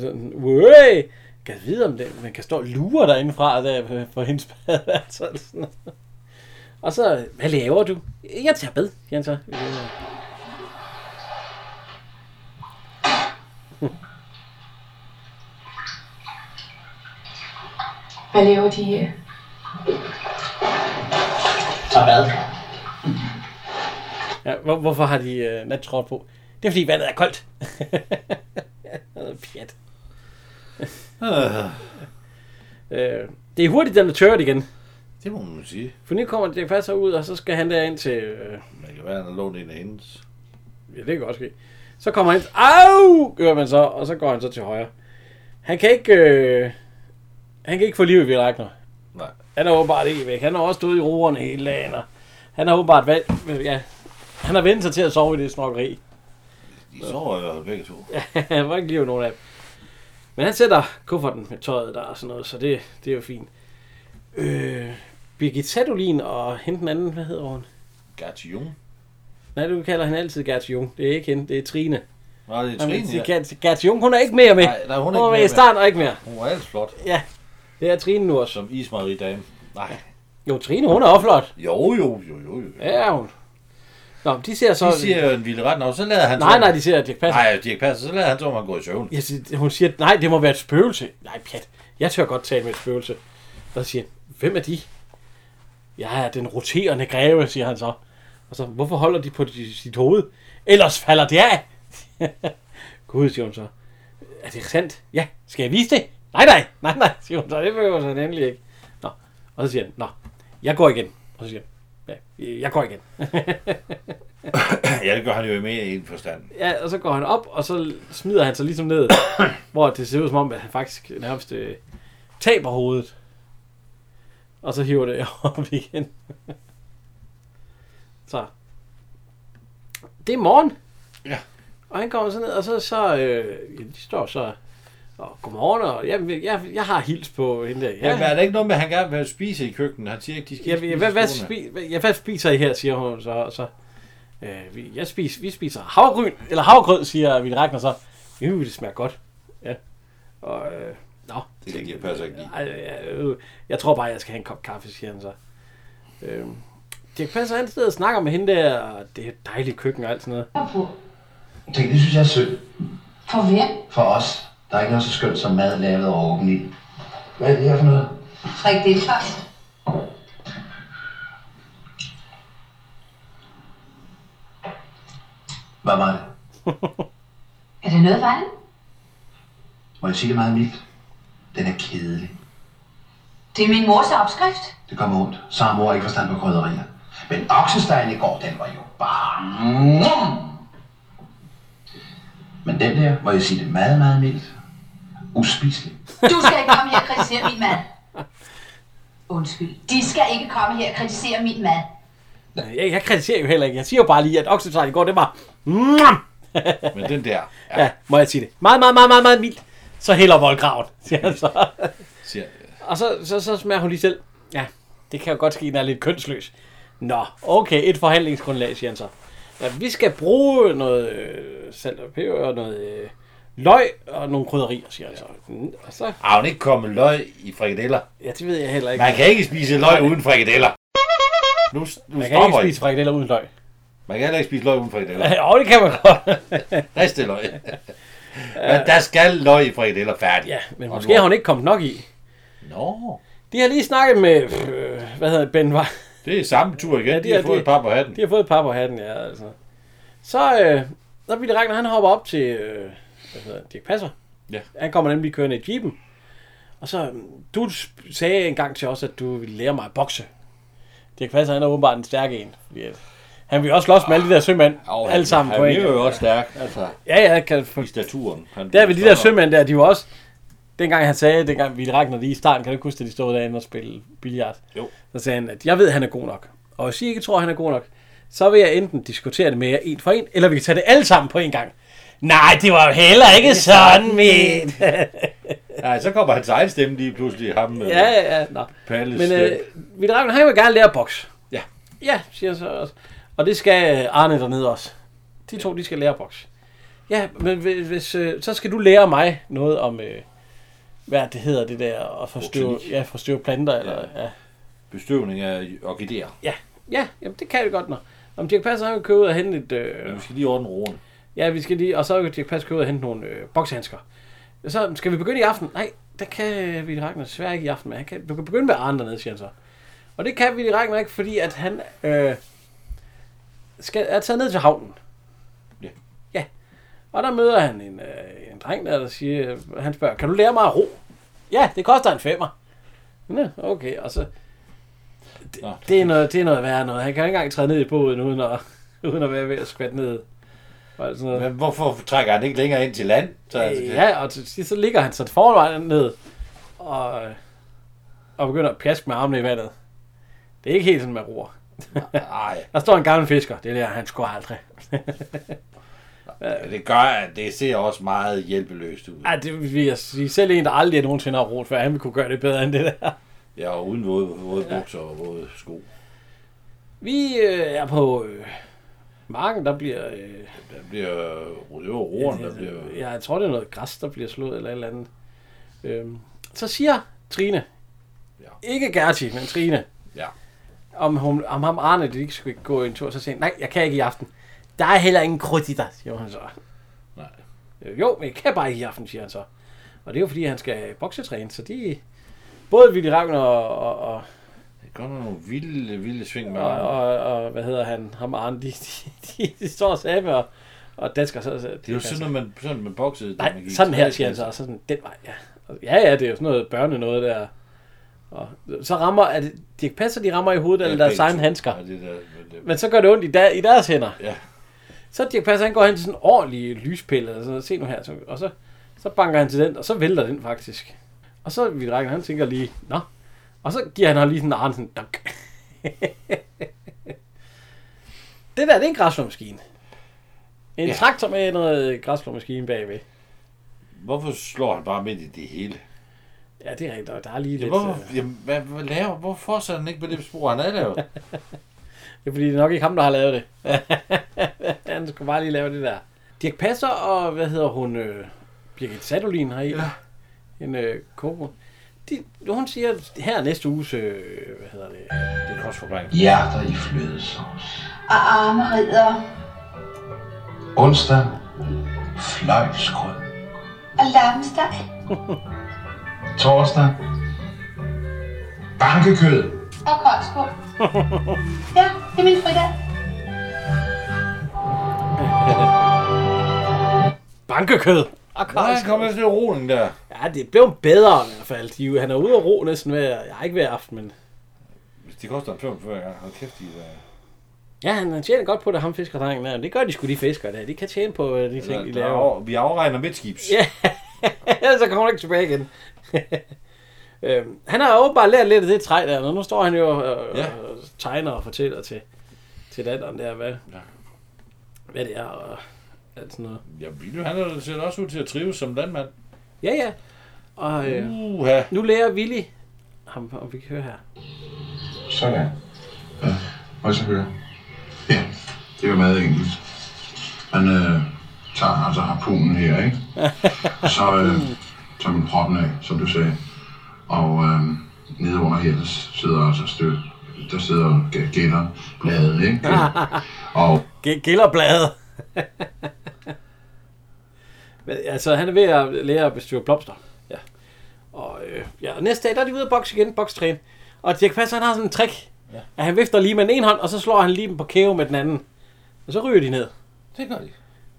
[SPEAKER 2] sådan, Uæh! Kan jeg vide, om det, man kan stå og lure derinde fra, der på- på hendes [laughs] badeværelse. eller sådan noget. Og så, hvad laver du? Jeg tager bad, siger han så.
[SPEAKER 4] Hvad laver de her?
[SPEAKER 9] Tag bad.
[SPEAKER 2] Ja, hvor, hvorfor har de øh, nattrøjer på? Det er fordi vandet er koldt. [laughs] Noget Pjat.
[SPEAKER 3] Øh,
[SPEAKER 2] Øh, det er hurtigt, den er tørt igen.
[SPEAKER 3] det må man sige.
[SPEAKER 2] For nu kommer det faktisk ud, og så skal han derind til... Øh,
[SPEAKER 3] Man kan være, han har lånt en af hendes.
[SPEAKER 2] Ja, det kan godt ske. Så kommer han, au, gør man så, og så går han så til højre. Han kan ikke, øh, han kan ikke få liv i Virakner.
[SPEAKER 3] Nej.
[SPEAKER 2] Han er åbenbart ikke væk. Han har også stået i roerne hele dagen, og han har åbenbart valgt, ja, han har vendt sig til at sove i det snokkeri. [laughs]
[SPEAKER 3] De sover jo begge to.
[SPEAKER 2] han var ikke lige nogen af dem. Men han sætter kufferten med tøjet der og sådan noget, så det, det er jo fint. Øh, Birgit Sadolin og hende den anden, hvad hedder hun?
[SPEAKER 3] Gatillon.
[SPEAKER 2] Nej, du kalder hende altid Gert Jung. Det er ikke hende, det er Trine.
[SPEAKER 3] Nå, det er
[SPEAKER 2] Jamen,
[SPEAKER 3] Trine,
[SPEAKER 2] det er
[SPEAKER 3] ja.
[SPEAKER 2] Gert, Gert Jung, hun er ikke mere med.
[SPEAKER 3] Nej, nej,
[SPEAKER 2] hun
[SPEAKER 3] hun er
[SPEAKER 2] er,
[SPEAKER 3] ikke
[SPEAKER 2] med
[SPEAKER 3] mere
[SPEAKER 2] i starten og ikke mere.
[SPEAKER 3] Hun var alt flot.
[SPEAKER 2] Ja, det er Trine nu også.
[SPEAKER 3] Som ismarie dame. Nej,
[SPEAKER 2] Jo, Trine, hun er også flot.
[SPEAKER 3] Jo, jo, jo, jo. jo.
[SPEAKER 2] Ja, hun. Nå, men de ser så...
[SPEAKER 3] De siger jo en vild ret, når så lader han...
[SPEAKER 2] Nej, nej, de siger, at Dirk Passer...
[SPEAKER 3] Nej, Dirk Passer, så lader han som om han går i søvn.
[SPEAKER 2] Jeg siger, hun siger, nej, det må være et spøgelse. Nej, pjat. Jeg tør godt tale med et spøgelse. Og så siger han, hvem er de? Jeg er den roterende greve, siger han så. Og så, hvorfor holder de på de- sit hoved? Ellers falder det af. [laughs] Gud, siger hun så. Er det sandt? Ja, skal jeg vise det? Nej, nej, nej, nej, siger hun så. Det behøver han endelig ikke. Nå, og så siger han, nå, jeg går igen. Og så siger han, ja, jeg går igen.
[SPEAKER 3] ja, det gør han jo i mere en forstand.
[SPEAKER 2] Ja, og så går han op, og så smider han sig ligesom ned, [coughs] hvor det ser ud som om, at han faktisk nærmest øh, taber hovedet. Og så hiver det [laughs] op igen. så. Det er morgen.
[SPEAKER 3] Ja.
[SPEAKER 2] Og han kommer så ned, og så, så øh, ja, de står så og godmorgen, og jeg, jeg, jeg har hils på hende der.
[SPEAKER 3] Ja. Jamen, er der ikke noget med, at han gerne vil spise i køkkenet? Han siger ikke, de skal
[SPEAKER 2] Ja,
[SPEAKER 3] ikke spise
[SPEAKER 2] hvad, hvad,
[SPEAKER 3] i skoene.
[SPEAKER 2] spi, hvad, ja, hvad spiser I her, siger hun så. og så øh, vi, jeg spiser, vi spiser havregryn, eller havregrød, siger min Ragnar så. Jo, det smager godt. Ja. Og, øh, nå,
[SPEAKER 3] Det kan Dirk Passer ikke lide.
[SPEAKER 2] ej, jeg, øh, jeg tror bare, jeg skal have en kop kaffe, siger han så. Øh, Dirk Passer er et sted og snakker med hende der, og det er et dejligt køkken og alt sådan noget.
[SPEAKER 4] på.
[SPEAKER 10] Tænk, det synes jeg er synd
[SPEAKER 4] For hvem?
[SPEAKER 10] for os. Der er ikke noget så skønt som mad lavet over åben i. Hvad er det her for noget?
[SPEAKER 4] Frik Delfart.
[SPEAKER 10] Hvad var det?
[SPEAKER 4] Er det noget vand?
[SPEAKER 10] Må jeg sige det meget mildt? Den er kedelig.
[SPEAKER 4] Det er min mors opskrift.
[SPEAKER 10] Det kommer ondt. Så har mor ikke forstand på krydderier. Men oksestegen i går, den var jo bare... Mm. Men den der, må jeg sige det meget, meget mildt. Uspiselig.
[SPEAKER 4] Du skal ikke komme her og kritisere min mad. Undskyld. De skal ikke komme her og kritisere min mad.
[SPEAKER 2] Øh, Jeg, jeg kritiserer jo heller ikke. Jeg siger jo bare lige, at oksetræet i går, det var... Mwah!
[SPEAKER 3] Men den der,
[SPEAKER 2] Ja. ja, må jeg sige det. Meget, meget, meget, meget, meget mildt. Så hælder voldgraven, siger han så.
[SPEAKER 3] siger,
[SPEAKER 2] Og så, så, så smager hun lige selv. Ja, det kan jo godt ske, den er lidt kønsløs. Nå, okay, et forhandlingsgrundlag, siger han så. Ja, vi skal bruge noget øh, salt og peber og noget øh, løg og nogle krydderier, siger han så. Mm, Og så,
[SPEAKER 3] har hun ikke kommet løg i frikadeller?
[SPEAKER 2] ja, det ved jeg heller ikke.
[SPEAKER 3] Man kan ikke spise løg uden frikadeller. Nu, nu
[SPEAKER 2] Man kan
[SPEAKER 3] stopper
[SPEAKER 2] ikke
[SPEAKER 3] I.
[SPEAKER 2] spise frikadeller uden [laughs] løg.
[SPEAKER 3] Man kan heller ikke spise løg uden frikadeller.
[SPEAKER 2] Ja, det kan man godt.
[SPEAKER 3] Ristet løg. Men der skal løg i frikadeller færdig.
[SPEAKER 2] ja, men
[SPEAKER 3] Og
[SPEAKER 2] måske
[SPEAKER 3] nu-
[SPEAKER 2] har hun ikke kommet nok i.
[SPEAKER 3] Nå,
[SPEAKER 2] De har lige snakket med, øh, hvad hedder det, Ben var.
[SPEAKER 3] det er samme tur igen.
[SPEAKER 2] Ja,
[SPEAKER 3] Ja,
[SPEAKER 2] det
[SPEAKER 3] de, har
[SPEAKER 2] er
[SPEAKER 3] fået
[SPEAKER 2] det.
[SPEAKER 3] et par på hatten.
[SPEAKER 2] De har fået et par på hatten, ja, altså. Så, øh, når Ville Ragnar, han hopper op til, øh, hvad hedder det, Dirk Passer.
[SPEAKER 3] Ja.
[SPEAKER 2] Han kommer nemlig kørende i jeepen. Og så, mm, du sp- sagde engang til os, at du ville lære mig at bokse. Dirk Passer, han er åbenbart en stærk en. Fordi, at han vil også slås med alle de der sømænd, oh, alle sammen på
[SPEAKER 3] Han
[SPEAKER 2] en.
[SPEAKER 3] er jo også stærk, altså,
[SPEAKER 2] Ja, ja, kan,
[SPEAKER 3] i staturen. Han,
[SPEAKER 2] der ved de der sømænd der, de var også... Dengang han sagde, dengang vi Ragnar lige i starten, kan du ikke huske, at de stod derinde og spille billiard?
[SPEAKER 3] Jo.
[SPEAKER 2] Så sagde han, at jeg ved, at han er god nok. Og hvis I ikke tror, at han er god nok, så vil jeg enten diskutere det med jer en for en, eller vi kan tage det alle sammen på en gang. Nej, det var jo heller ikke sådan, men...
[SPEAKER 3] Nej, så kommer hans egen stemme lige pludselig. Ham, øh,
[SPEAKER 2] ja, ja, ja. Nå.
[SPEAKER 3] Palles
[SPEAKER 2] Men øh,
[SPEAKER 3] stemme.
[SPEAKER 2] Ville Ragnar, han vil gerne lære at bokse.
[SPEAKER 3] Ja.
[SPEAKER 2] Ja, siger han så også. Og det skal øh, Arne dernede også. De to, de skal lære at bokse. Ja, men hvis, hvis, øh, så skal du lære mig noget om, øh, hvad det hedder det der, at forstøve,
[SPEAKER 3] Botanik.
[SPEAKER 2] ja, forstøve planter. Eller, ja.
[SPEAKER 3] Bestøvning af orkideer.
[SPEAKER 2] Ja, ja jamen, det kan det godt, når. Om Dirk Passer, han vil køre ud og hente et...
[SPEAKER 3] Men
[SPEAKER 2] Øh,
[SPEAKER 3] vi skal lige ordne roen.
[SPEAKER 2] ja, vi skal lige... Og så vil Dirk Passer køre ud og hente nogle øh, bokshandsker. Så skal vi begynde i aften. Nej, der kan vi Ragnar desværre ikke i aften, men han kan, du kan begynde med Arne dernede, siger han så. Og det kan vi Ragnar ikke, fordi at han øh, skal, er taget ned til havnen.
[SPEAKER 3] Ja.
[SPEAKER 2] Ja. Og der møder han en, øh, en dreng der, der siger, han spørger, kan du lære mig at ro? Ja, det koster en femmer. Nå, okay, og så... Det,
[SPEAKER 3] Nå.
[SPEAKER 2] det, er noget, det er noget værre noget. Han kan ikke engang træde ned i båden, uden at, [laughs] uden at være ved at skvatte ned. Og alt sådan noget.
[SPEAKER 3] Men hvorfor trækker han ikke længere ind til land? Så, altså,
[SPEAKER 2] Øh,
[SPEAKER 3] det-
[SPEAKER 2] Ja, og til sidst så ligger han sådan foran mig ned, og, og begynder at pjaske med armene i vandet. Det er ikke helt sådan, man roer.
[SPEAKER 3] Ej,
[SPEAKER 2] Der står en gammel fisker, det der, han skulle aldrig.
[SPEAKER 3] det gør, at det ser også meget hjælpeløst ud.
[SPEAKER 2] Ej, det vil jeg sige. Selv en, der aldrig nogensinde har roet før, han ville kunne gøre det bedre end det der.
[SPEAKER 3] Ja, og uden våde, våde bukser og våde sko.
[SPEAKER 2] Vi øh, er på øh, marken, der bliver... Øh,
[SPEAKER 3] Der bliver øh, det var roeren, der bliver...
[SPEAKER 2] ja, jeg tror, det er noget græs, der bliver slået eller et eller andet. Øhm, så siger Trine,
[SPEAKER 3] Ja.
[SPEAKER 2] ikke Gerti, men Trine,
[SPEAKER 3] Ja.
[SPEAKER 2] om, hun, om ham Arne, det ikke skulle gå en tur, så siger han, nej, jeg kan ikke i aften. Der er heller ingen krudt i dig, siger han så. Nej. Jo, men jeg kan bare ikke i aften, siger han så. Og det er jo fordi, han skal boksetræne, så de... Både Willy Ravn og... og, og det
[SPEAKER 3] gør nogle vilde, vilde sving med
[SPEAKER 2] og, og, og, hvad hedder han, ham og Arne, de, de, de, de står sammen og, og dansker så, så
[SPEAKER 3] Det er jo sådan, at man, sådan, man boksede. da man
[SPEAKER 2] Nej,
[SPEAKER 3] gik
[SPEAKER 2] sådan
[SPEAKER 3] i
[SPEAKER 2] her,
[SPEAKER 3] tredje
[SPEAKER 2] siger han så,
[SPEAKER 3] klasse.
[SPEAKER 2] og så sådan den vej, ja. Og- Ja, ja, det er jo sådan noget børne noget der. Og så rammer, er det Dirk Passer, de rammer i hovedet,
[SPEAKER 3] Ja,
[SPEAKER 2] eller der er
[SPEAKER 3] begge
[SPEAKER 2] sejne
[SPEAKER 3] to.
[SPEAKER 2] handsker.
[SPEAKER 3] Ja, det der, men det-
[SPEAKER 2] Men så gør det ondt i, der, i deres hænder.
[SPEAKER 3] Ja.
[SPEAKER 2] Så Dirk Passer, han går hen til sådan en ordentlig lyspille, og så se nu her, så, og så, så banker han til den, og så vælter den faktisk. Og så vi drengen, han tænker lige, nå. Og så giver han ham lige sådan en arm, sådan, dunk. [laughs] det der, det er en græsslåmaskine. En
[SPEAKER 3] Ja.
[SPEAKER 2] ja. traktor med noget græsslåmaskine bagved.
[SPEAKER 3] Hvorfor slår han bare midt i det hele?
[SPEAKER 2] Ja, det er rigtigt, og der er lige
[SPEAKER 3] Ja,
[SPEAKER 2] lidt... øh,
[SPEAKER 3] hvorfor, jamen, hvad, hvad laver, hvorfor så han ikke på det spor, han havde [laughs] lavet?
[SPEAKER 2] Det er fordi, det er nok ikke ham, der har lavet det. [laughs] han skulle bare lige lave det der. Dirk Passer og, hvad hedder hun, øh, Birgit Sadolin har i. Ja. En øh, kobo. De, hun siger, her næste uges, øh, hvad hedder det?
[SPEAKER 3] Det er korsforbrænding.
[SPEAKER 10] Hjerter i flødesauce.
[SPEAKER 4] Og arme ridder
[SPEAKER 10] Onsdag. Fløjlsgrød.
[SPEAKER 4] og lammesteg.
[SPEAKER 10] Torsdag. Bankekød.
[SPEAKER 4] og koldskål. ja, det er min fridag.
[SPEAKER 2] Bankekød! Og
[SPEAKER 3] Nej, han kom efter roen der.
[SPEAKER 2] Ja, det blev bedre i hvert fald. De, er jo- han er ude at ro næsten hver, jeg ikke hver aften, men...
[SPEAKER 3] Hvis de koster en tøm før, jeg har kæft i det.
[SPEAKER 2] Ja, han han tjener godt på det, ham fiskerdrengen der. Det gør de sgu, de fiskere der. De kan tjene på øh, de ting, de
[SPEAKER 3] Der er
[SPEAKER 2] laver.
[SPEAKER 3] over- Vi afregner midtskibs.
[SPEAKER 2] Ja, så kommer han ikke tilbage igen. [laughs] øhm, han har åbenbart lært lidt af det træ der, og nu står han jo og,
[SPEAKER 3] Ja.
[SPEAKER 2] ja. og tegner og fortæller til, til datteren der, hvad,
[SPEAKER 3] Ja.
[SPEAKER 2] hvad det er og alt sådan noget.
[SPEAKER 3] Ja, Billy, han er- ser også ud til at trives som landmand.
[SPEAKER 2] Ja, ja. Og øh,
[SPEAKER 3] Uha.
[SPEAKER 2] nu lærer Willy ham, om vi kan høre her.
[SPEAKER 5] Sådan.
[SPEAKER 7] Og så høre. Ja, det var meget enkelt. Man øh, tager altså harpunen her,
[SPEAKER 11] [laughs]
[SPEAKER 7] ikke? Og så øh, tager man proppen af, som du sagde. Og øh, nede under her, der sidder altså støv. Der sidder g- gætter, bladet, ikke? Og
[SPEAKER 2] G- Gillerbladet. [laughs] Men, altså, han er ved at lære at bestyre blomster. Ja. Og, øh, ja, og næste dag, der er de ude at bokse igen, bokstræne. Og Dirk Passer, han har sådan en trick. Ja. At han vifter lige med den ene hånd, og så slår han lige dem på kæve med den anden. Og så ryger de ned.
[SPEAKER 3] Det gør de.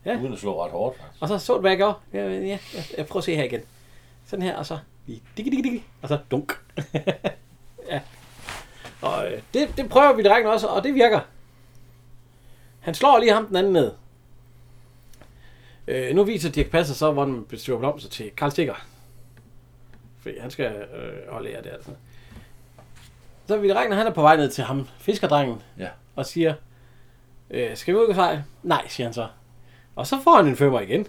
[SPEAKER 2] Ja.
[SPEAKER 3] Uden at slå ret hårdt.
[SPEAKER 2] Og så så du, hvad jeg gjorde. Ja, ja, ja, jeg prøver at se her igen. Sådan her, og så lige digi, digi, digi, og så dunk. [laughs] ja. Og øh, det, det prøver vi drengen også, og det virker. Han slår lige ham den anden ned. Øh, nu viser Dirk Passer så, hvordan man bestyrer blomster til Karl Stikker. Fordi han skal øh, holde af det altså. Så vi drengen, han er på vej ned til ham, fiskerdrengen,
[SPEAKER 3] Ja.
[SPEAKER 2] og siger, øh, skal vi ud og sejle? Nej, siger han så. Og så får han en femmer igen.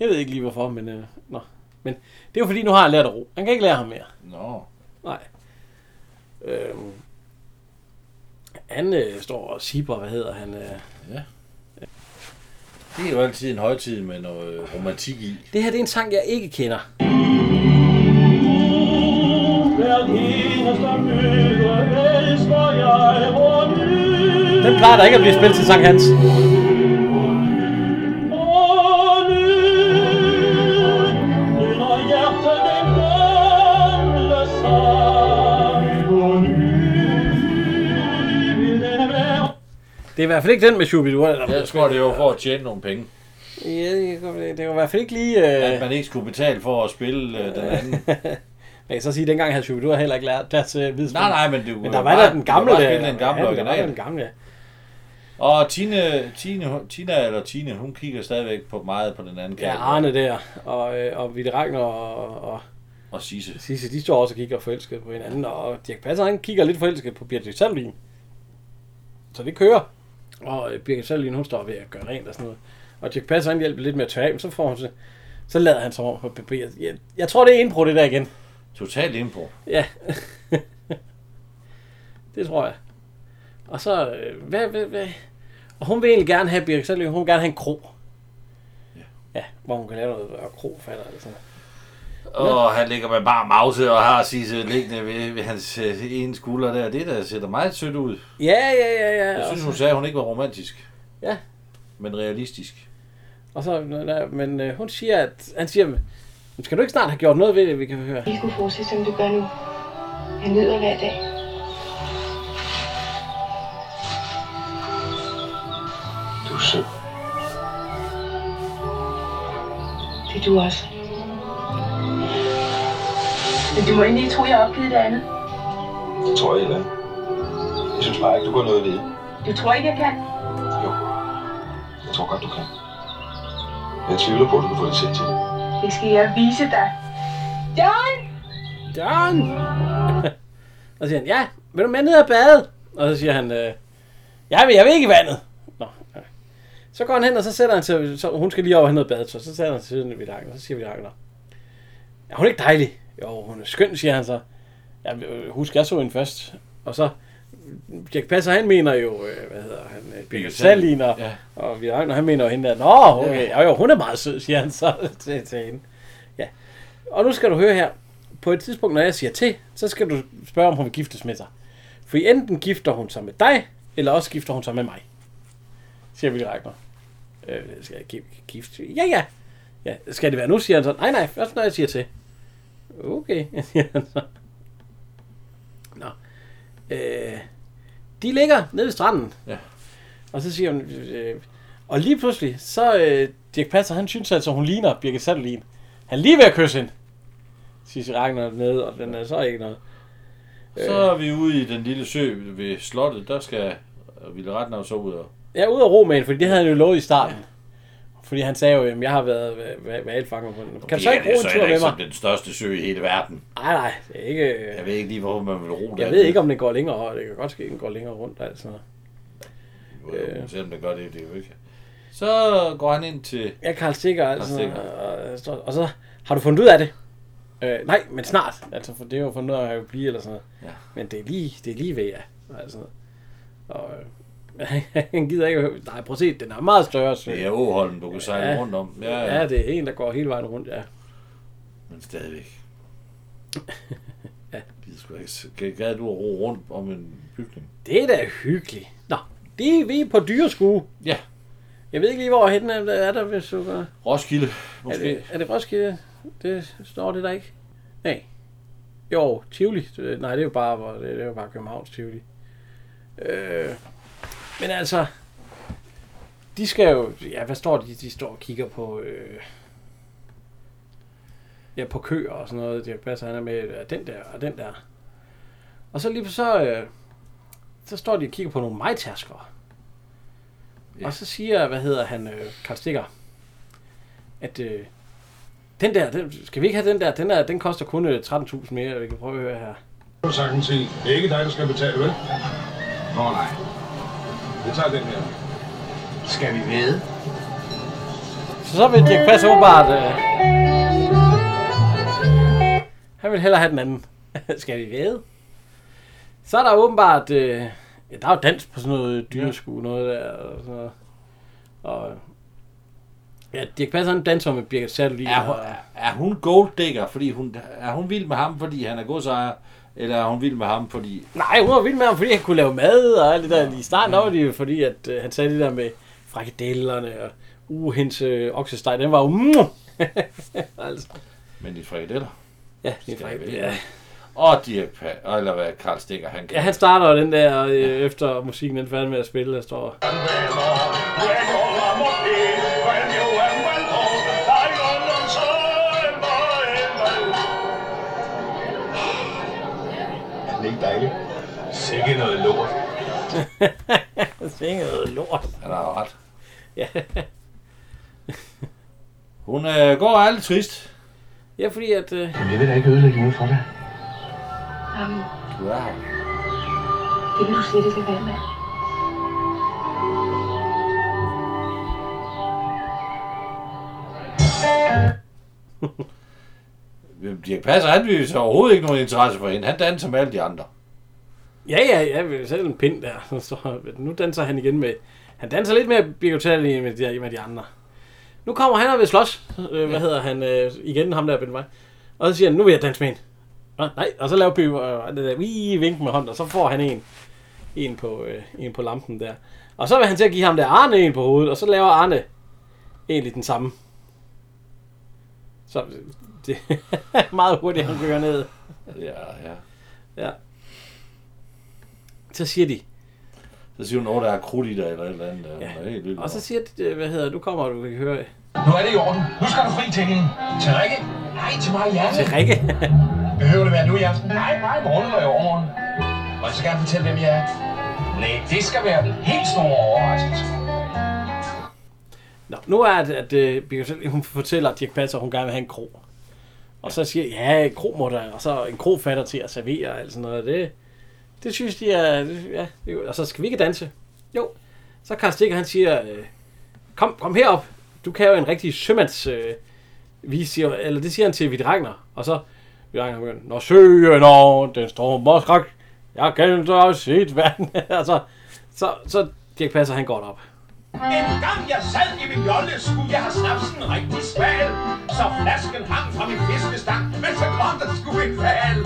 [SPEAKER 2] Jeg ved ikke lige hvorfor, men... Øh, nå. Men det er jo fordi, nu har han lært at ro. Han kan ikke lære ham mere.
[SPEAKER 3] Nå.
[SPEAKER 2] Nej. Øhm, han øh, står og sipper, hvad hedder han? Øh.
[SPEAKER 3] Det er jo altid en højtid med noget øh, romantik i.
[SPEAKER 2] Det her det er en sang, jeg ikke kender. Den plejer der ikke at blive spillet til Sankt Hans. Det er i hvert fald ikke den med Shubidua. der bliver
[SPEAKER 3] Jeg tror, det er jo for at tjene nogle penge.
[SPEAKER 2] Ja, det kan- det var i hvert fald ikke lige...
[SPEAKER 3] At
[SPEAKER 2] Øh,
[SPEAKER 3] man ikke skulle betale for at spille øh, den anden.
[SPEAKER 2] man kan så sige, at dengang havde Shubidua heller ikke lært deres øh, vidspil.
[SPEAKER 3] [laughs] Nej, nej, men det
[SPEAKER 2] Men der var der den gamle
[SPEAKER 3] der.
[SPEAKER 2] der.
[SPEAKER 3] Den gamle
[SPEAKER 2] ja, der var der den
[SPEAKER 3] original.
[SPEAKER 2] gamle, ja.
[SPEAKER 3] Og Tine, Tine, Tina eller Tine, hun kigger stadigvæk på meget på den anden
[SPEAKER 2] Ja, Arne der, og, øh, og Vitte Ragnar og, og
[SPEAKER 3] Og Sisse.
[SPEAKER 2] Sisse, de står også og kigger forelsket på hinanden, og Dirk Passer, han kigger lidt forelsket på Birgit Sandlin. Så det kører. Og øh, Birgit Sandlin, hun står ved at gøre rent og sådan noget. Og Dirk Passer, han hjælper lidt med at tørre af, men så får hun så, så lader han sig om på papiret. Jeg, jeg tror, det er indbrud, det der igen.
[SPEAKER 3] Totalt impro.
[SPEAKER 2] Ja. [laughs] det tror jeg. Og så, øh, hvad, hvad, hvad? Og hun vil egentlig gerne have, Birgit Sandløb, hun vil gerne have en kro. Ja. ja hvor hun kan lave noget og kro falder eller sådan noget.
[SPEAKER 3] Og han ligger med bare mause og har Sisse liggende ved, ved hans øh, ene skulder der. Det der ser da meget sødt ud.
[SPEAKER 2] Ja, ja, ja, ja.
[SPEAKER 3] Jeg synes, hun sagde, at hun ikke var romantisk.
[SPEAKER 2] Ja.
[SPEAKER 3] Men realistisk.
[SPEAKER 2] Og så, nej, men øh, hun siger, at han siger, "Men skal du ikke snart have gjort noget ved det, vi kan høre?
[SPEAKER 4] Vi kunne fortsætte, som du gør nu. Jeg nyder hver dag.
[SPEAKER 8] Du er sød.
[SPEAKER 4] Det er du også. Men du må egentlig ikke tro, jeg har opgivet det andet.
[SPEAKER 11] Det tror jeg heller ikke. Jeg synes bare ikke, du går noget ved.
[SPEAKER 4] Du tror ikke, jeg kan?
[SPEAKER 11] Jeg tror godt, du kan. Jeg tvivler på, at du kan få det set til.
[SPEAKER 4] Det skal jeg vise dig. John!
[SPEAKER 2] John! [laughs] Og så siger han, ja, vil du med ned og bade? Og så siger han, øh, ja, men jeg vil ikke i vandet. Nå, ja. Så går han hen, og så sætter han sig, så hun skal lige over og have noget badet, så, så sætter han sig siden ved lakken, og så siger vi lakken, er hun ikke dejlig? Jo, hun er skøn, siger han så. Ja, øh, husk, jeg så hende først. Og så, Dirk Passer, han mener jo, øh, hvad hedder han, øh, Birgit Salin, og, ja. og vi Agner, han mener jo hende der, Nå, okay, ja. jo, jo, hun er meget sød, siger han så [laughs] til, til hende. Ja. Og nu skal du høre her, på et tidspunkt, når jeg siger til, så skal du spørge, om hun vil giftes med sig. For enten gifter hun sig med dig, eller også gifter hun sig med mig. Siger vi Ragnar. Øh, skal jeg gi- gifte? Ja, ja. Ja, skal det være nu, siger han så. Nej, nej, først når jeg siger til. Okay, [laughs] siger han så. Nå. Øh, de ligger nede ved stranden.
[SPEAKER 3] Ja.
[SPEAKER 2] Og så siger hun... Øh, og lige pludselig, så øh, Dirk Passer, han synes altså, hun ligner Birgit Sattelin. Han er lige ved at kysse hende. Sissi Ragnar nede, og den er så ikke noget. Øh.
[SPEAKER 3] Så er vi ude i den lille sø ved slottet. Der skal øh, Ville Retnav så ud og...
[SPEAKER 2] Jeg er ude af ro med hende, fordi det havde han jo lovet i starten. Fordi han sagde jo, at jeg har været valgfanger på den. Kan du så ikke
[SPEAKER 3] Det er
[SPEAKER 2] bruge en tur
[SPEAKER 3] heller
[SPEAKER 2] med
[SPEAKER 3] ikke
[SPEAKER 2] mig?
[SPEAKER 3] som den største sø i hele verden.
[SPEAKER 2] Nej, nej, det er ikke...
[SPEAKER 3] Jeg ved ikke lige, hvorfor man vil ro
[SPEAKER 2] Jeg ved ikke, om den går længere over. Det kan godt ske, at den går længere rundt. og alt sådan noget.
[SPEAKER 3] Øh. Selvom det gør det, det er jo ikke. Så går han ind til...
[SPEAKER 2] Ja, Karl Stikker, altså.
[SPEAKER 3] Stikker.
[SPEAKER 2] Og, og så har du fundet ud af det? Øh, nej, men snart. Altså, for det er jo fundet ud af, at jeg vil blive eller sådan noget. Ja. Men det er lige, det er lige ved, ja. Altså, og øh, [laughs] han gider ikke... at høre- Nej, prøv at se, den er meget større. Så.
[SPEAKER 3] Det er Åholm, du kan sejle rundt om. Ja,
[SPEAKER 2] Ja,
[SPEAKER 3] ja.
[SPEAKER 2] ja. ja, det er en, der går hele vejen rundt, ja.
[SPEAKER 3] Men stadigvæk. ja. Det skulle ikke... Gad du at ro rundt om en bygning?
[SPEAKER 2] Det er da hyggeligt. Nå, det er vi på dyreskue.
[SPEAKER 3] Ja.
[SPEAKER 2] Jeg ved ikke lige, hvor henne er der, hvis du gør.
[SPEAKER 3] Roskilde,
[SPEAKER 2] Er
[SPEAKER 3] måske.
[SPEAKER 2] det, er det Roskilde? Det står det der ikke. Nej. Jo, Tivoli. Øh, Nej, det er jo bare, hvor- det det er jo bare Københavns Tivoli. Øh, men altså, de skal jo, ja, hvad står de? De står og kigger på, øh, ja, på køer og sådan noget. Det passer, han er med ja, den der og den der. Og så lige så, øh, så står de og kigger på nogle majtaskere. Ja. Og så siger, hvad hedder han, øh, Karl Stikker, at øh, den der, den, skal vi ikke have den der, den der, den koster kun øh, 13.000 mere, vi kan prøve at høre her.
[SPEAKER 12] Det er sagtens se. Det er ikke dig, der skal betale, vel? Nå, nej. Vi tager den her. Skal vi vide?
[SPEAKER 2] Så så vil Dirk Passer åbenbart, øh, han vil hellere have den anden. [laughs] skal vi væde? Så er der åbenbart, øh, ja, der er jo dans på sådan noget dyreskue, noget der, og sådan noget. Og, øh, ja, Dirk Passer han danser med Birgit Sattelin.
[SPEAKER 3] Er hun, er hun golddigger, fordi hun, er hun vild med ham, fordi han er godsejer, eller er hun vild med ham, fordi...
[SPEAKER 2] Nej, hun var vild med ham, fordi han kunne lave mad og alt det der. I starten der var det jo fordi, at øh, han sagde det der med frikadellerne og uh, hendes øh, oksesteg, den var jo... Mm! [laughs] altså.
[SPEAKER 3] Men de frikadeller.
[SPEAKER 2] Ja, de
[SPEAKER 3] Skal
[SPEAKER 2] frikadeller,
[SPEAKER 3] vi-
[SPEAKER 2] ja.
[SPEAKER 3] Og Dirk, Pa- eller hvad Karl Stikker, han kan.
[SPEAKER 2] Ja, han starter jo den der, øh, efter musikken den er færdig med at spille, der står...
[SPEAKER 11] Er den ikke dejlig? Sikke noget lort.
[SPEAKER 2] Sikke noget lort.
[SPEAKER 3] Han har jo ret.
[SPEAKER 2] Ja.
[SPEAKER 3] Hun øh, går aldrig trist.
[SPEAKER 2] ja, fordi at... Øh,
[SPEAKER 10] Jeg vil da ikke ødelægge noget for dig.
[SPEAKER 4] Jamen,
[SPEAKER 3] Du er her.
[SPEAKER 4] det kan du slet ikke lade være med.
[SPEAKER 3] Jamen, Dirk Passer, han viser overhovedet ikke nogen interesse for hende. Han danser med alle de andre.
[SPEAKER 2] ja, ja, ja, vi selv en pind der. [laughs] Så står, nu danser han igen med... Han danser lidt mere bigotalien med, de- med de andre. Nu kommer han og vil slås. Øh, hvad hedder han? Øh, igen ham der, Ben Vej. Og så siger han, nu vil jeg danse med en. Nå, nej, og så laver By øh, det der, vi vink med hånden, og så får han en, en, på, øh, en på lampen der. Og så vil han til at give ham der Arne en på hovedet, og så laver Arne egentlig den samme. Så [laughs] det er meget hurtigt, han kører ned.
[SPEAKER 3] Ja, ja.
[SPEAKER 2] Ja. Så siger de,
[SPEAKER 3] Så siger hun, at der er krudt i dig, eller et eller andet. Ja. Hun er helt vildt.
[SPEAKER 2] og så siger de, øh, hvad hedder, du kommer, og du kan høre
[SPEAKER 10] Nu er det i orden. Nu skal du fri til hende. Til Rikke? Nej, til mig i aften.
[SPEAKER 2] til Rikke.
[SPEAKER 10] [laughs] Behøver det være nu i aften? Nej, bare i morgen eller i overmorgen. Og så skal jeg fortælle, hvem jeg er. Nej, det skal være den helt store overraskelse.
[SPEAKER 2] Nå, nu er det, at øh, Birgit Sølund, hun fortæller Dirk Passer, at hun gerne vil have en kro. Og så siger jeg, ja, en kro må der, og så en kro fatter til at servere, og alt sådan noget. Det, det synes de er, det, ja, det, er jo- og så skal vi ikke danse. Jo, så Karl Stikker, han siger, øh, kom, kom herop, du kan jo en rigtig sømands, øh, vi siger, eller det siger han til Vidt Ragnar, og så Vidt Ragnar begynder, når søen over den strømmer skrak, jeg kan så set vand, [laughs] og så, så, så Dirk Passer, han går op.
[SPEAKER 13] En gang jeg sad i min jolle, skulle jeg have snapsen rigtig sval. Så flasken hang fra min fiskestang, men så kom der sgu en fal.